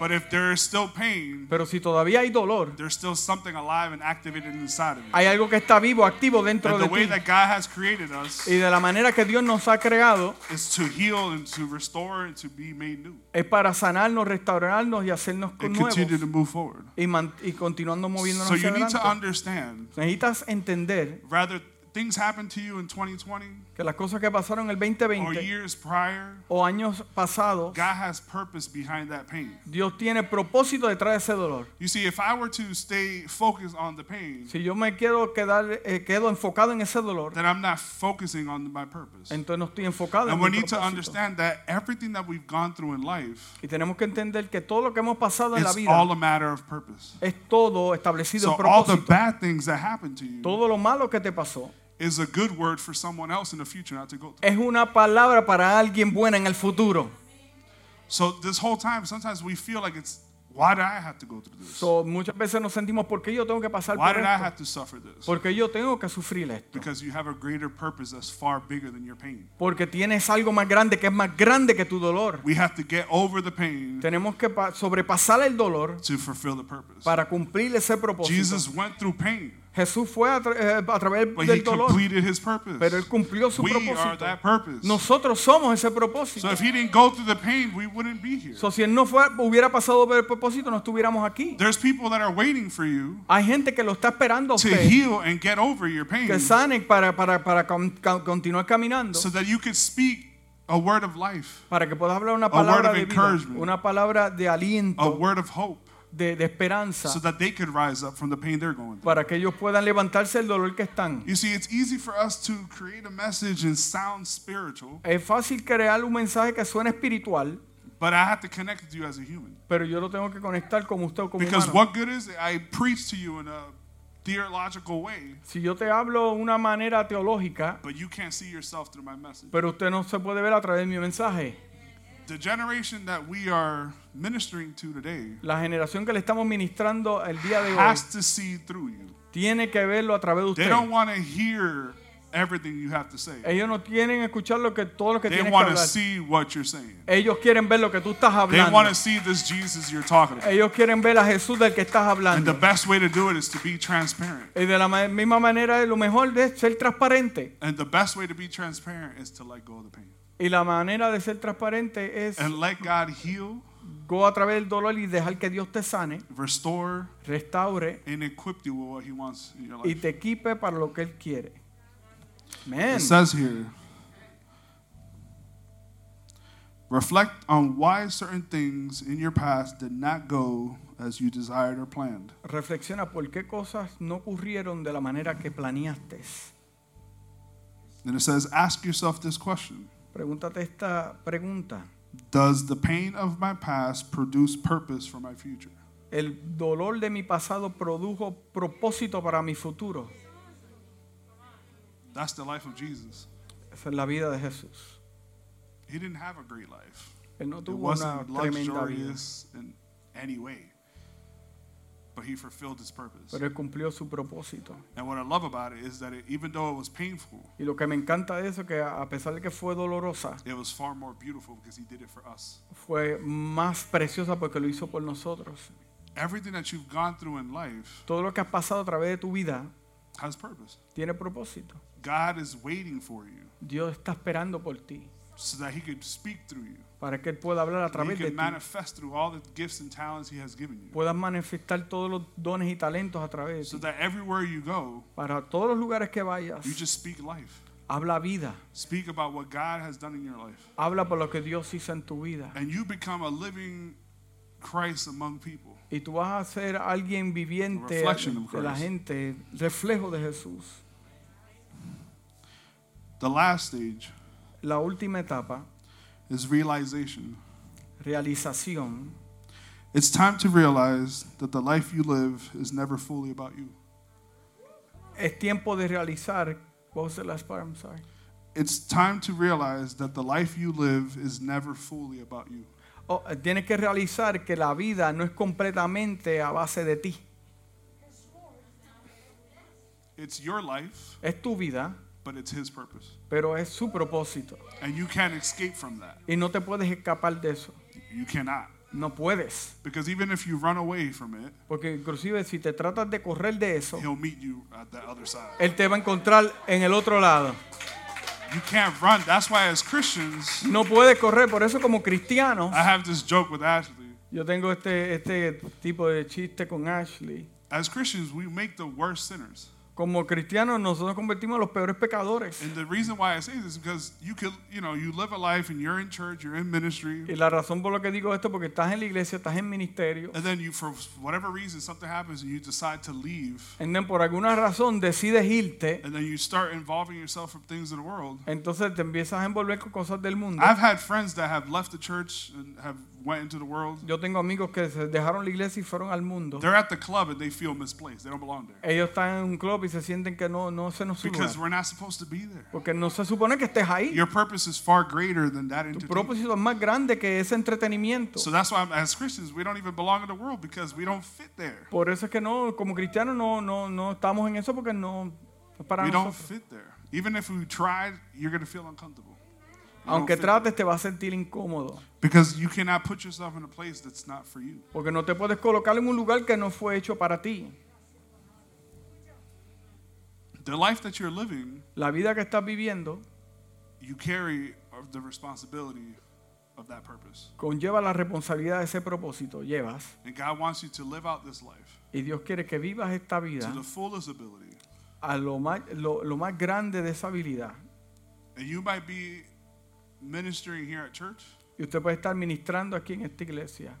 Speaker 1: But if there is still pain,
Speaker 2: Pero si todavía hay dolor,
Speaker 1: there's still something alive and activated inside of you.
Speaker 2: hay algo que está vivo, activo dentro
Speaker 1: And
Speaker 2: de
Speaker 1: the way
Speaker 2: ti.
Speaker 1: that God has created us
Speaker 2: Y de la manera que Dios nos ha creado
Speaker 1: is to heal and to restore and to be made new
Speaker 2: es para sanarnos, restaurarnos y hacernos
Speaker 1: and
Speaker 2: nuevos
Speaker 1: continue to move forward.
Speaker 2: y, man- y continuando moviéndonos
Speaker 1: So
Speaker 2: hacia
Speaker 1: you need to
Speaker 2: adelante.
Speaker 1: understand
Speaker 2: Necesitas entender
Speaker 1: rather things happened to you in 2020
Speaker 2: que las cosas que pasaron el
Speaker 1: or
Speaker 2: 2020
Speaker 1: years prior.
Speaker 2: o años pasados,
Speaker 1: God has purpose behind that pain.
Speaker 2: Dios tiene propósito detrás de ese dolor.
Speaker 1: You see, if I were to stay focused on the pain,
Speaker 2: Si yo me quiero quedar, eh, quedo enfocado en ese dolor,
Speaker 1: then I'm not focusing on my purpose.
Speaker 2: entonces no estoy enfocado en
Speaker 1: And we
Speaker 2: mi
Speaker 1: need to
Speaker 2: propósito.
Speaker 1: understand that everything that we've gone through in life,
Speaker 2: Y tenemos que entender que todo lo que hemos pasado en la
Speaker 1: it's
Speaker 2: vida
Speaker 1: all a matter of purpose.
Speaker 2: es todo establecido
Speaker 1: So
Speaker 2: en
Speaker 1: all the
Speaker 2: propósito.
Speaker 1: bad things that happen to you
Speaker 2: Todo lo malo que te pasó
Speaker 1: is a good word for someone else in the future not to go through.
Speaker 2: es una palabra para alguien buena en el futuro.
Speaker 1: So this whole time, sometimes we feel like it's why did I have to go through this?
Speaker 2: So, muchas veces nos sentimos, ¿por qué yo tengo que pasar
Speaker 1: Why
Speaker 2: por
Speaker 1: did I
Speaker 2: esto?
Speaker 1: have to suffer this?
Speaker 2: ¿Por qué yo tengo que sufrir esto?
Speaker 1: Because you have a greater purpose that's far bigger than your pain.
Speaker 2: Porque tienes algo más grande que es más grande que tu dolor.
Speaker 1: We have to get over the pain
Speaker 2: Tenemos que pa- sobrepasar el dolor
Speaker 1: to fulfill the purpose.
Speaker 2: para cumplir ese propósito.
Speaker 1: Jesus went through pain,
Speaker 2: Jesús fue a, tra- eh, a través
Speaker 1: but he
Speaker 2: del dolor,
Speaker 1: completed his purpose.
Speaker 2: pero él cumplió su
Speaker 1: we are
Speaker 2: propósito.
Speaker 1: that purpose.
Speaker 2: Nosotros somos ese propósito.
Speaker 1: So if he didn't go through the pain, we wouldn't be here.
Speaker 2: So, si él no fue, hubiera pasado por el propósito, no estuviéramos aquí.
Speaker 1: There's people that are waiting for you
Speaker 2: Hay gente que lo está esperando a
Speaker 1: to
Speaker 2: usted
Speaker 1: heal and get over your pain
Speaker 2: que sane para, para, para con- con- continuar caminando,
Speaker 1: so that you could speak a word of life,
Speaker 2: para que pueda hablar una
Speaker 1: word
Speaker 2: palabra
Speaker 1: of
Speaker 2: de vida,
Speaker 1: encouragement.
Speaker 2: una palabra de
Speaker 1: a
Speaker 2: aliento,
Speaker 1: word of hope,
Speaker 2: de, de esperanza,
Speaker 1: so that they could rise up from the pain they're going through.
Speaker 2: para que ellos puedan levantarse del dolor que están.
Speaker 1: You see, it's easy for us to create a message and sound spiritual,
Speaker 2: Es fácil crear un mensaje que suene espiritual,
Speaker 1: but I have to connect with you as a human.
Speaker 2: pero yo lo tengo que conectar con usted o como
Speaker 1: Because
Speaker 2: humano.
Speaker 1: what good is it? I preach to you in a theological way,
Speaker 2: Si yo te hablo de una manera teológica,
Speaker 1: but you can't see yourself through my message.
Speaker 2: pero usted no se puede ver a través de mi mensaje.
Speaker 1: The generation that we are ministering to today
Speaker 2: La generación que le estamos ministrando el día de hoy
Speaker 1: has to see through you.
Speaker 2: tiene que verlo a través de
Speaker 1: They
Speaker 2: usted.
Speaker 1: don't want to hear everything you have to say.
Speaker 2: Ellos no quieren escuchar lo que todo lo que
Speaker 1: They
Speaker 2: tienen que
Speaker 1: want to
Speaker 2: hablar.
Speaker 1: see what you're saying.
Speaker 2: Ellos quieren ver lo que tú estás
Speaker 1: They
Speaker 2: hablando.
Speaker 1: want to see this Jesus you're talking about.
Speaker 2: Ellos quieren ver a Jesús del que estás
Speaker 1: And the
Speaker 2: hablando.
Speaker 1: best way to do it is to be transparent.
Speaker 2: Y de la ma- misma manera, lo mejor es ser transparente.
Speaker 1: And the best way to be transparent is to let go of the pain.
Speaker 2: Y la manera de ser transparente es
Speaker 1: And let God heal,
Speaker 2: go a través del dolor y dejar que Dios te sane,
Speaker 1: restore,
Speaker 2: restaure
Speaker 1: and equip you with what He wants in your
Speaker 2: y
Speaker 1: life.
Speaker 2: te equipe para lo que Él quiere. Amén.
Speaker 1: It says here reflect on why certain things in your past did not go as you desired or planned.
Speaker 2: Reflexiona por qué cosas no ocurrieron de la manera que planeaste.
Speaker 1: And it says ask yourself this question
Speaker 2: Pregúntate esta pregunta.
Speaker 1: Does the pain of my past produce purpose for my future?
Speaker 2: El dolor de mi pasado produjo propósito para mi futuro.
Speaker 1: That's the life of Jesus.
Speaker 2: Esa es la vida de Jesús.
Speaker 1: He didn't have a great life,
Speaker 2: Él no
Speaker 1: it
Speaker 2: tuvo una
Speaker 1: wasn't
Speaker 2: tremenda vida,
Speaker 1: luxurious in any way. But he fulfilled his purpose.
Speaker 2: pero él cumplió su propósito.
Speaker 1: And what I love about it is that it, even though it was painful,
Speaker 2: Y lo que me encanta de eso es que a a pesar de que fue dolorosa,
Speaker 1: it was far more beautiful because he did it for us.
Speaker 2: fue más preciosa porque lo hizo por nosotros.
Speaker 1: Everything that you've gone through in life
Speaker 2: Todo lo que has pasado a través de tu vida
Speaker 1: has purpose.
Speaker 2: tiene propósito.
Speaker 1: God is waiting for you
Speaker 2: Dios está esperando por ti
Speaker 1: so that he could speak through you.
Speaker 2: para que él pueda hablar a
Speaker 1: and He
Speaker 2: través de
Speaker 1: can
Speaker 2: ti.
Speaker 1: manifest through all the gifts and talents he has given you.
Speaker 2: Puedas manifestar todos los dones y talentos a través
Speaker 1: So
Speaker 2: de ti.
Speaker 1: that everywhere you go,
Speaker 2: Para todos los lugares que vayas,
Speaker 1: you just speak life.
Speaker 2: habla vida.
Speaker 1: Speak about what God has done in your life.
Speaker 2: Habla por lo que Dios hizo en tu vida.
Speaker 1: And you become a living Christ among people.
Speaker 2: Y tú vas a ser alguien viviente
Speaker 1: Reflection of
Speaker 2: de la
Speaker 1: Christ.
Speaker 2: gente, reflejo de Jesús.
Speaker 1: The last stage
Speaker 2: La última etapa,
Speaker 1: is realization.
Speaker 2: realización.
Speaker 1: It's time to realize that the life you live is never fully about you.
Speaker 2: Es tiempo de realizar. What was the last part? I'm sorry.
Speaker 1: It's time to realize that the life you live is never fully about you.
Speaker 2: Oh, eh, tienes que realizar que la vida no es completamente a base de ti.
Speaker 1: It's your life,
Speaker 2: Es tu vida,
Speaker 1: but it's His purpose.
Speaker 2: pero es su propósito.
Speaker 1: And you can't escape from that.
Speaker 2: Y no te puedes escapar de eso.
Speaker 1: You cannot.
Speaker 2: No puedes.
Speaker 1: Because even if you run away from it,
Speaker 2: Porque inclusive si te tratas de correr de eso,
Speaker 1: he'll meet you at the other side.
Speaker 2: Él te va a encontrar en el otro lado.
Speaker 1: You can't run. That's why, as Christians,
Speaker 2: No puedes correr, por eso como cristianos,
Speaker 1: I have this joke with Ashley.
Speaker 2: yo tengo este, este tipo de chiste con Ashley.
Speaker 1: As Christians, we make the worst sinners.
Speaker 2: Como cristianos nosotros nos convertimos en los peores pecadores.
Speaker 1: And the reason why I say this is because you could, you know, you live a life and you're in church, you're in
Speaker 2: Y
Speaker 1: ministry,
Speaker 2: la razón por la que digo esto, porque estás en la iglesia, estás en ministerio.
Speaker 1: and then you, for whatever reason, something happens and you decide to leave,
Speaker 2: And then, por alguna razón decides irte,
Speaker 1: and then you start involving yourself with things of the world.
Speaker 2: entonces te empiezas a envolver con cosas del mundo.
Speaker 1: I've had friends that have left the church and have went into the world.
Speaker 2: Yo tengo amigos que se dejaron la iglesia y fueron al mundo.
Speaker 1: They're at the club and they feel misplaced. They don't belong there
Speaker 2: Ellos están en un club y se sienten que no, no se nos sube.
Speaker 1: because we're not supposed to be there.
Speaker 2: Porque no se supone que estés ahí.
Speaker 1: Your purpose is far greater than that
Speaker 2: Tu
Speaker 1: entertainment.
Speaker 2: propósito es más grande que ese entretenimiento.
Speaker 1: So that's why, I'm- as Christians, we don't even belong in the world because we don't fit there.
Speaker 2: Por eso es que no, como cristianos no, no, no estamos en eso porque no no es para
Speaker 1: We don't
Speaker 2: nosotros.
Speaker 1: fit there. Even if we tried, you're going to feel uncomfortable. You don't
Speaker 2: Aunque
Speaker 1: fit there.
Speaker 2: trates te va a sentir incómodo.
Speaker 1: Because you cannot put yourself in a place that's not for you.
Speaker 2: Porque no te puedes colocar en un lugar que no fue hecho para ti.
Speaker 1: The life that you're living,
Speaker 2: La vida que estás viviendo
Speaker 1: you carry of the responsibility of that purpose.
Speaker 2: conlleva la responsabilidad de ese propósito. Llevas.
Speaker 1: And God wants you to live out this life
Speaker 2: Y Dios quiere que vivas esta
Speaker 1: to
Speaker 2: vida
Speaker 1: the fullest ability.
Speaker 2: a lo más, lo, lo más grande de esa habilidad.
Speaker 1: And you might be ministering here at church.
Speaker 2: Y usted puede estar ministrando aquí en esta iglesia.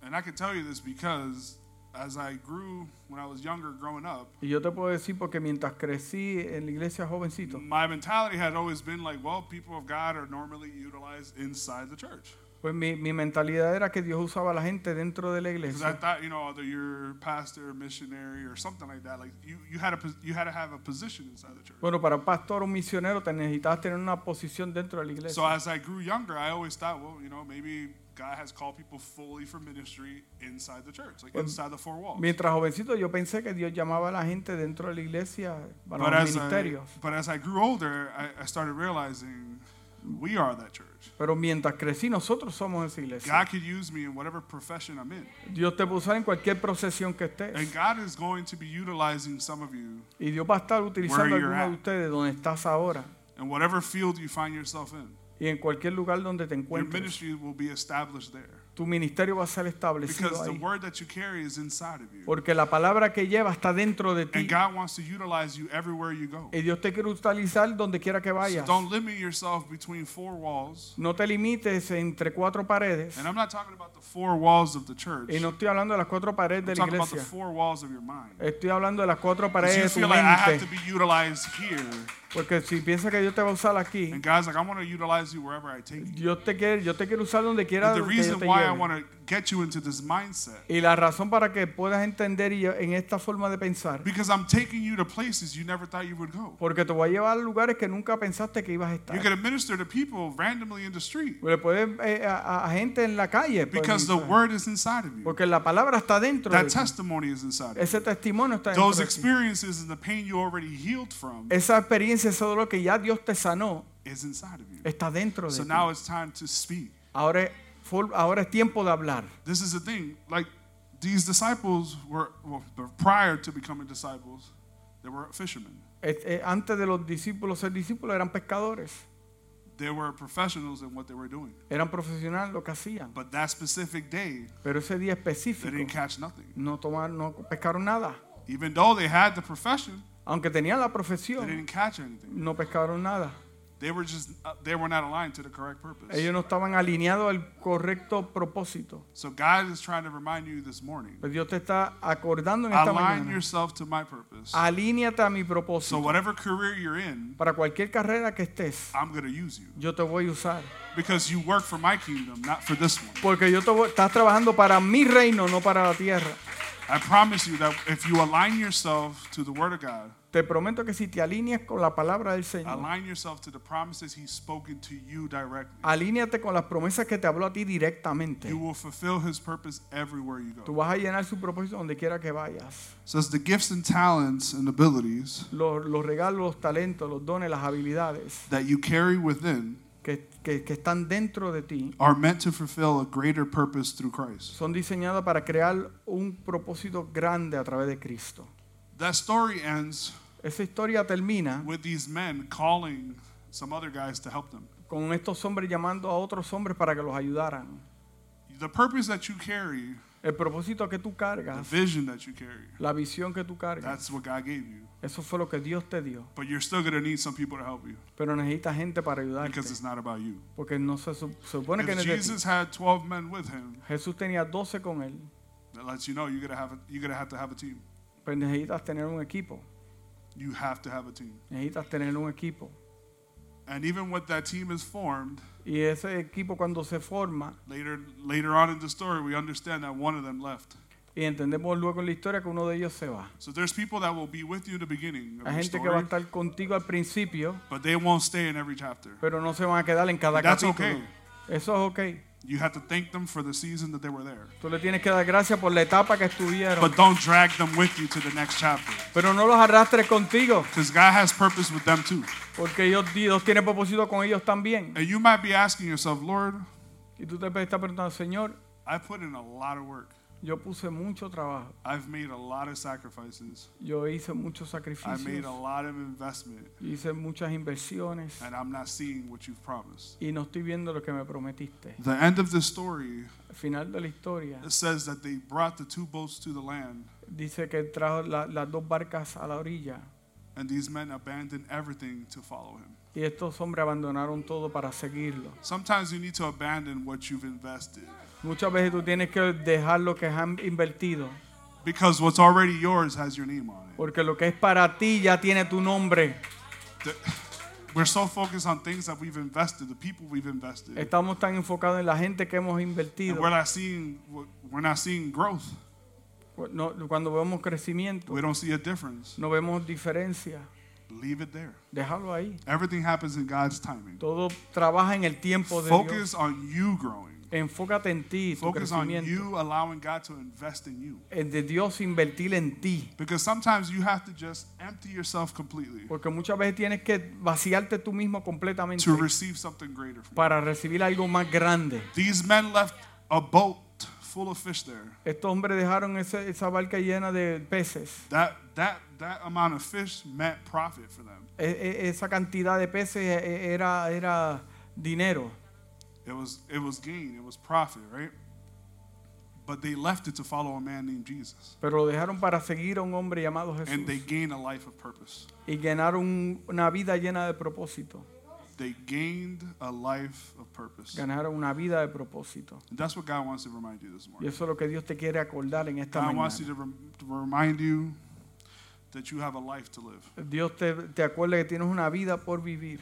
Speaker 1: And I can tell you this because as I grew, when I was younger, growing up,
Speaker 2: Y yo te puedo decir porque mientras crecí en la iglesia jovencito,
Speaker 1: my mentality had always been like, well, people of God are normally utilized inside the church.
Speaker 2: Pues mi, mi mentalidad era que Dios usaba a la gente dentro de la
Speaker 1: Because I
Speaker 2: iglesia.
Speaker 1: thought, you know, either you're pastor, missionary, or something like that. Like you, you had a, pos- you had to have a position inside the church.
Speaker 2: Bueno, para un pastor o un misionero te necesitabas tener una posición dentro de la
Speaker 1: So ah,
Speaker 2: iglesia.
Speaker 1: as I grew younger, I always thought, well, you know, maybe God has called people fully for ministry inside the church, like
Speaker 2: Well,
Speaker 1: inside the four walls.
Speaker 2: Mientras jovencito yo pensé que Dios llamaba a la gente dentro de la iglesia para
Speaker 1: But
Speaker 2: los
Speaker 1: as, I,
Speaker 2: ministerios.
Speaker 1: but as I grew older, I, I started realizing we are that church.
Speaker 2: Pero mientras crecí nosotros somos esa iglesia.
Speaker 1: God could use me in whatever profession I'm in.
Speaker 2: Dios te puede usar en cualquier procesión que
Speaker 1: And
Speaker 2: estés.
Speaker 1: God is going to be utilizing some of you
Speaker 2: Y Dios va a estar
Speaker 1: Where
Speaker 2: utilizando a
Speaker 1: you're
Speaker 2: alguno
Speaker 1: at.
Speaker 2: de ustedes donde estás ahora.
Speaker 1: in whatever field you find yourself in.
Speaker 2: Y en cualquier lugar donde te
Speaker 1: Your
Speaker 2: encuentres.
Speaker 1: ministry will be established there.
Speaker 2: Tu ministerio va a ser establecido
Speaker 1: Because the
Speaker 2: ahí.
Speaker 1: word that you carry is inside of you.
Speaker 2: Porque la palabra que lleva está dentro de
Speaker 1: And
Speaker 2: ti.
Speaker 1: God wants to utilize you everywhere you go.
Speaker 2: Y Dios te quiere utilizar donde quiera que
Speaker 1: So
Speaker 2: vayas.
Speaker 1: don't limit yourself between four walls.
Speaker 2: No te limites entre cuatro paredes.
Speaker 1: And I'm not talking about the four walls of the church.
Speaker 2: Y no estoy hablando de las cuatro paredes
Speaker 1: I'm
Speaker 2: de la
Speaker 1: talking about the
Speaker 2: iglesia.
Speaker 1: four walls of your mind.
Speaker 2: Estoy hablando de las cuatro
Speaker 1: 'Cause you
Speaker 2: paredes de
Speaker 1: feel
Speaker 2: tu
Speaker 1: like I have to
Speaker 2: mente.
Speaker 1: be utilized here.
Speaker 2: Porque si piensas que Dios te va a usar aquí,
Speaker 1: And God's like, I want to utilize you wherever I take you.
Speaker 2: Dios te quiere, yo te quiero usar donde quiera
Speaker 1: And the
Speaker 2: que yo
Speaker 1: reason
Speaker 2: te
Speaker 1: why I
Speaker 2: lleve.
Speaker 1: want to get you into this mindset,
Speaker 2: Y la razón para que puedas entender y- en esta forma de pensar,
Speaker 1: because I'm taking you to places you never thought you would go.
Speaker 2: porque te voy a llevar a lugares que nunca pensaste que ibas a
Speaker 1: You're
Speaker 2: estar.
Speaker 1: going to minister to people randomly in the street
Speaker 2: Le puedes eh, a, a gente en la calle, puedes
Speaker 1: because the
Speaker 2: ministrar.
Speaker 1: word is inside of you.
Speaker 2: porque la palabra está dentro.
Speaker 1: That
Speaker 2: de ti.
Speaker 1: testimony is inside of you.
Speaker 2: Ese testimonio está dentro.
Speaker 1: Those
Speaker 2: de ti.
Speaker 1: experiences and the pain you already healed from
Speaker 2: Esa experiencia, ese dolor que ya Dios te sanó,
Speaker 1: is inside of you.
Speaker 2: está dentro de
Speaker 1: So
Speaker 2: ti.
Speaker 1: now it's time to speak.
Speaker 2: Ahora, es full- ahora es tiempo de hablar.
Speaker 1: This is the thing. Like these disciples were well, prior to becoming disciples, they were fishermen.
Speaker 2: Es- eh, antes de los discípulos ser discípulos eran pescadores,
Speaker 1: They were professionals in what they were doing.
Speaker 2: eran profesionales lo que hacían.
Speaker 1: But that specific day,
Speaker 2: Pero ese día
Speaker 1: they didn't
Speaker 2: específico
Speaker 1: catch nothing.
Speaker 2: no tomaron, no pescaron nada.
Speaker 1: Even though they had the profession,
Speaker 2: Aunque tenían la
Speaker 1: they
Speaker 2: profesión,
Speaker 1: didn't catch anything.
Speaker 2: no pescaron nada.
Speaker 1: They were just uh, they were not aligned to the correct purpose.
Speaker 2: Ellos no estaban alineados al correcto propósito.
Speaker 1: So God is trying to remind you this morning.
Speaker 2: Pero Dios te está acordando en esta
Speaker 1: Align
Speaker 2: mañana.
Speaker 1: yourself to my purpose.
Speaker 2: Alíneate a mi
Speaker 1: So
Speaker 2: propósito.
Speaker 1: whatever career you're in,
Speaker 2: Para cualquier carrera que estés,
Speaker 1: I'm going to use you
Speaker 2: yo te voy a usar.
Speaker 1: because you work for my kingdom, not for this one.
Speaker 2: Porque yo te voy- estás trabajando para mi reino, no para la tierra.
Speaker 1: I promise you that if you align yourself to the word of God,
Speaker 2: Te prometo que si te alineas con la palabra del Señor,
Speaker 1: align yourself to the promises he's spoken to you directly.
Speaker 2: alíneate con las promesas que te habló a ti directamente.
Speaker 1: You will fulfill his purpose everywhere you
Speaker 2: Tú
Speaker 1: go.
Speaker 2: vas a llenar su propósito donde quiera que vayas.
Speaker 1: So it's the gifts and talents and abilities
Speaker 2: Los, los regalos, los talentos, los dones, las habilidades
Speaker 1: that you carry within
Speaker 2: que, que- que están dentro de ti
Speaker 1: are meant to fulfill a greater purpose through Christ.
Speaker 2: son diseñadas para crear un propósito grande a través de Cristo.
Speaker 1: That story ends
Speaker 2: Esa historia termina
Speaker 1: with these men calling some other guys to help them.
Speaker 2: con estos hombres llamando a otros hombres para que los ayudaran.
Speaker 1: The purpose that you carry,
Speaker 2: El propósito que tú
Speaker 1: the
Speaker 2: cargas,
Speaker 1: vision that you carry,
Speaker 2: la visión que tú cargas,
Speaker 1: that's what God gave you.
Speaker 2: eso fue lo que Dios te dio.
Speaker 1: But you're still going to need some people to help you
Speaker 2: Pero necesitas gente para ayudarte.
Speaker 1: because it's not about you.
Speaker 2: Porque no se, su- se supone que
Speaker 1: If
Speaker 2: necesitas.
Speaker 1: Jesus had 12 men with him,
Speaker 2: Jesús tenía 12 con él.
Speaker 1: that lets you know you're going to have a, you're going to have to have a team.
Speaker 2: Pero necesitas tener un equipo.
Speaker 1: You have to have a team.
Speaker 2: Necesitas tener un equipo.
Speaker 1: And even when that team is formed,
Speaker 2: Y ese equipo cuando se forma,
Speaker 1: later later on in the story, we understand that one of them left.
Speaker 2: y entendemos luego en la historia que uno de ellos se va.
Speaker 1: So there's people that will be with you in the beginning of
Speaker 2: Hay
Speaker 1: your
Speaker 2: gente que va a
Speaker 1: story,
Speaker 2: estar contigo al principio,
Speaker 1: but they won't stay in every chapter.
Speaker 2: pero no se van a quedar en cada
Speaker 1: And that's
Speaker 2: capítulo.
Speaker 1: okay.
Speaker 2: Eso es ok.
Speaker 1: You have to thank them for the season that they were there.
Speaker 2: Tú le tienes que dar gracias por la etapa que estuvieron.
Speaker 1: But don't drag them with you to the next chapter.
Speaker 2: pero no los arrastres contigo,
Speaker 1: Because God has purpose with them too.
Speaker 2: porque Dios, Dios tiene propósito con ellos también.
Speaker 1: And you might be asking yourself, Lord,
Speaker 2: Y tú te estás preguntando, Señor,
Speaker 1: I put in a lot of work.
Speaker 2: yo puse mucho trabajo,
Speaker 1: I've made a lot of sacrifices.
Speaker 2: yo hice muchos
Speaker 1: I made a
Speaker 2: sacrificios,
Speaker 1: lot of investment.
Speaker 2: hice muchas inversiones
Speaker 1: And I'm not seeing what you've promised.
Speaker 2: y no estoy viendo lo que me prometiste.
Speaker 1: The end of the story
Speaker 2: Al final de la historia
Speaker 1: says that they brought the two boats to the land,
Speaker 2: dice que trajo la- las dos barcas a la orilla
Speaker 1: and these men abandoned everything to follow him.
Speaker 2: y estos hombres abandonaron todo para seguirlo.
Speaker 1: Sometimes you need to abandon what you've invested.
Speaker 2: Muchas veces tú tienes que dejar lo que han invertido,
Speaker 1: Because what's already yours has your name on it.
Speaker 2: porque lo que es para ti ya tiene tu nombre.
Speaker 1: We're so focused on things that we've invested, the people we've invested.
Speaker 2: Estamos tan enfocados en la gente que hemos
Speaker 1: And
Speaker 2: invertido.
Speaker 1: we're not seeing we're not seeing growth.
Speaker 2: No, cuando vemos crecimiento,
Speaker 1: We don't see a difference.
Speaker 2: no vemos diferencia.
Speaker 1: Leave it there.
Speaker 2: Déjalo ahí.
Speaker 1: Everything happens in God's timing.
Speaker 2: Todo trabaja en el tiempo de Dios.
Speaker 1: Focus on you growing.
Speaker 2: Enfócate en ti, tu
Speaker 1: Focus on
Speaker 2: crecimiento.
Speaker 1: you allowing God to invest in you.
Speaker 2: El de Dios invertir en ti.
Speaker 1: Because sometimes you have to just empty yourself completely
Speaker 2: Porque muchas veces tienes que vaciarte tú mismo completamente
Speaker 1: to receive something greater from you.
Speaker 2: para recibir algo más grande.
Speaker 1: These men left a boat full of fish there.
Speaker 2: Estos hombres dejaron ese- esa barca llena de peces.
Speaker 1: That that that amount of fish meant profit for them.
Speaker 2: E- e- esa cantidad de peces e- era, era dinero.
Speaker 1: It was it was gain, it was profit, right? But they left it to follow a man named Jesus.
Speaker 2: Pero lo dejaron para seguir a un hombre llamado Jesús.
Speaker 1: And they gained a life of purpose.
Speaker 2: y ganaron una vida llena de propósito.
Speaker 1: They gained a life of purpose. And
Speaker 2: Ganaron una vida de propósito.
Speaker 1: that's what God wants to remind you this
Speaker 2: Y
Speaker 1: morning.
Speaker 2: eso es lo que Dios te quiere acordar en esta
Speaker 1: God wants you
Speaker 2: mañana.
Speaker 1: to, rem- to remind you that you have a life to live,
Speaker 2: Dios te, te acuerda que tienes una vida por vivir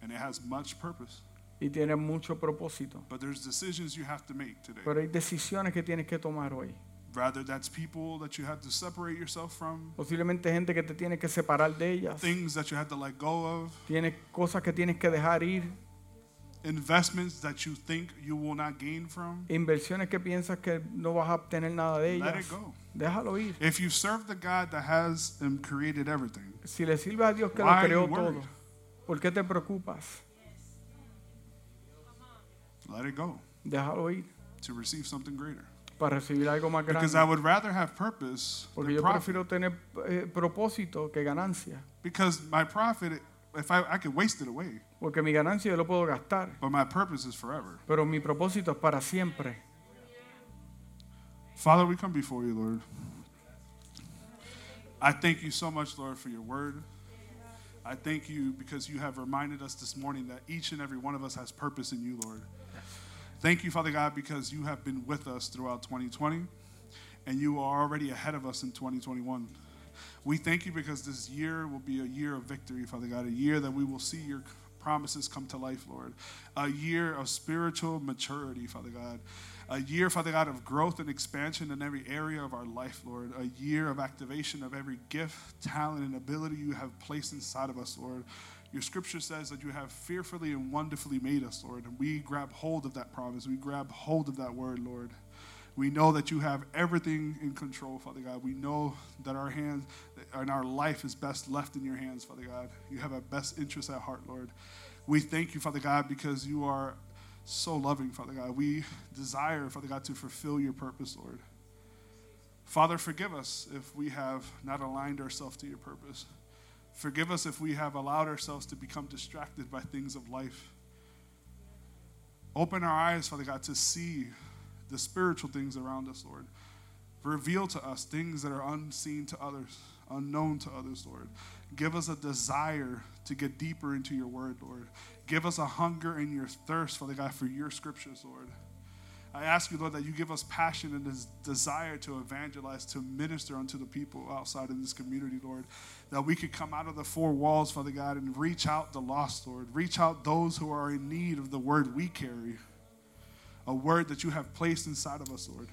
Speaker 1: and it has much purpose.
Speaker 2: y tienes mucho propósito.
Speaker 1: But there's decisions you have to make today.
Speaker 2: Pero hay decisiones que tienes que tomar hoy.
Speaker 1: Rather, that's people that you have to separate yourself from,
Speaker 2: Posiblemente gente que te tiene que separar de ellas.
Speaker 1: things that you have to let go of,
Speaker 2: Tienes cosas que tienes que dejar ir.
Speaker 1: investments that you think you will not gain from.
Speaker 2: Inversiones que piensas que no vas a obtener nada de
Speaker 1: Let it
Speaker 2: ellas.
Speaker 1: go.
Speaker 2: Déjalo ir.
Speaker 1: If you serve the God that has and created everything,
Speaker 2: Si le sirve a Dios que
Speaker 1: Why
Speaker 2: lo
Speaker 1: are
Speaker 2: creó
Speaker 1: you worried?
Speaker 2: todo, ¿por qué te preocupas?
Speaker 1: let it go
Speaker 2: Déjalo ir
Speaker 1: to receive something greater.
Speaker 2: para recibir algo más
Speaker 1: Because I
Speaker 2: grande.
Speaker 1: would rather have purpose
Speaker 2: Porque
Speaker 1: than
Speaker 2: yo
Speaker 1: profit.
Speaker 2: prefiero tener eh, propósito que ganancia.
Speaker 1: Because my profit, if I, I could waste it away,
Speaker 2: Porque mi ganancia yo lo puedo gastar,
Speaker 1: but my purpose is forever.
Speaker 2: pero mi propósito es para siempre.
Speaker 1: Father, we come before you, Lord. I thank you so much, Lord, for your word. I thank you because you have reminded us this morning that each and every one of us has purpose in you, Lord. Thank you, Father God, because you have been with us throughout 2020 and you are already ahead of us in 2021. We thank you because this year will be a year of victory, Father God, a year that we will see your promises come to life, Lord, a year of spiritual maturity, Father God, a year, Father God, of growth and expansion in every area of our life, Lord, a year of activation of every gift, talent, and ability you have placed inside of us, Lord. Your scripture says that you have fearfully and wonderfully made us, Lord, and we grab hold of that promise. We grab hold of that word, Lord. We know that you have everything in control, Father God. We know that our hands and our life is best left in your hands, Father God. You have our best interests at heart, Lord. We thank you, Father God, because you are so loving, Father God. We desire, Father God, to fulfill your purpose, Lord. Father, forgive us if we have not aligned ourselves to your purpose. Forgive us if we have allowed ourselves to become distracted by things of life. Open our eyes, Father God, to see the spiritual things around us, Lord. Reveal to us things that are unseen to others, unknown to others, Lord. Give us a desire to get deeper into your word, Lord. Give us a hunger and your thirst, Father God, for your scriptures, Lord. I ask you, Lord, that you give us passion and des- desire to evangelize, to minister unto the people outside in this community, Lord. That we could come out of the four walls, Father God, and reach out the lost, Lord. Reach out those who are in need of the word we carry, a word that you have placed inside of us, Lord.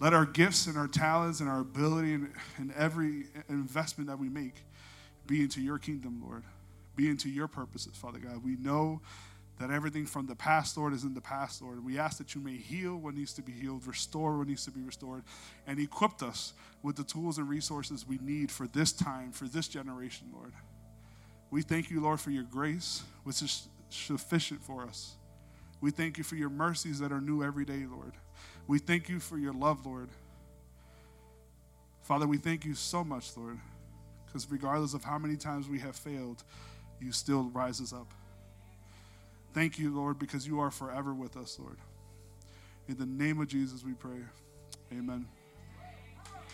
Speaker 1: Let our gifts and our talents and our ability and, and every investment that we make be into your kingdom, Lord. Be into your purposes, Father God. We know that everything from the past, Lord, is in the past, Lord. We ask that you may heal what needs to be healed, restore what needs to be restored, and equip us with the tools and resources we need for this time, for this generation, Lord. We thank you, Lord, for your grace, which is sufficient for us. We thank you for your mercies that are new every day, Lord. We thank you for your love, Lord. Father, we thank you so much, Lord, because regardless of how many times we have failed, you still rise us up. Thank you, Lord, because you are forever with us, Lord. In the name of Jesus, we pray. Amen.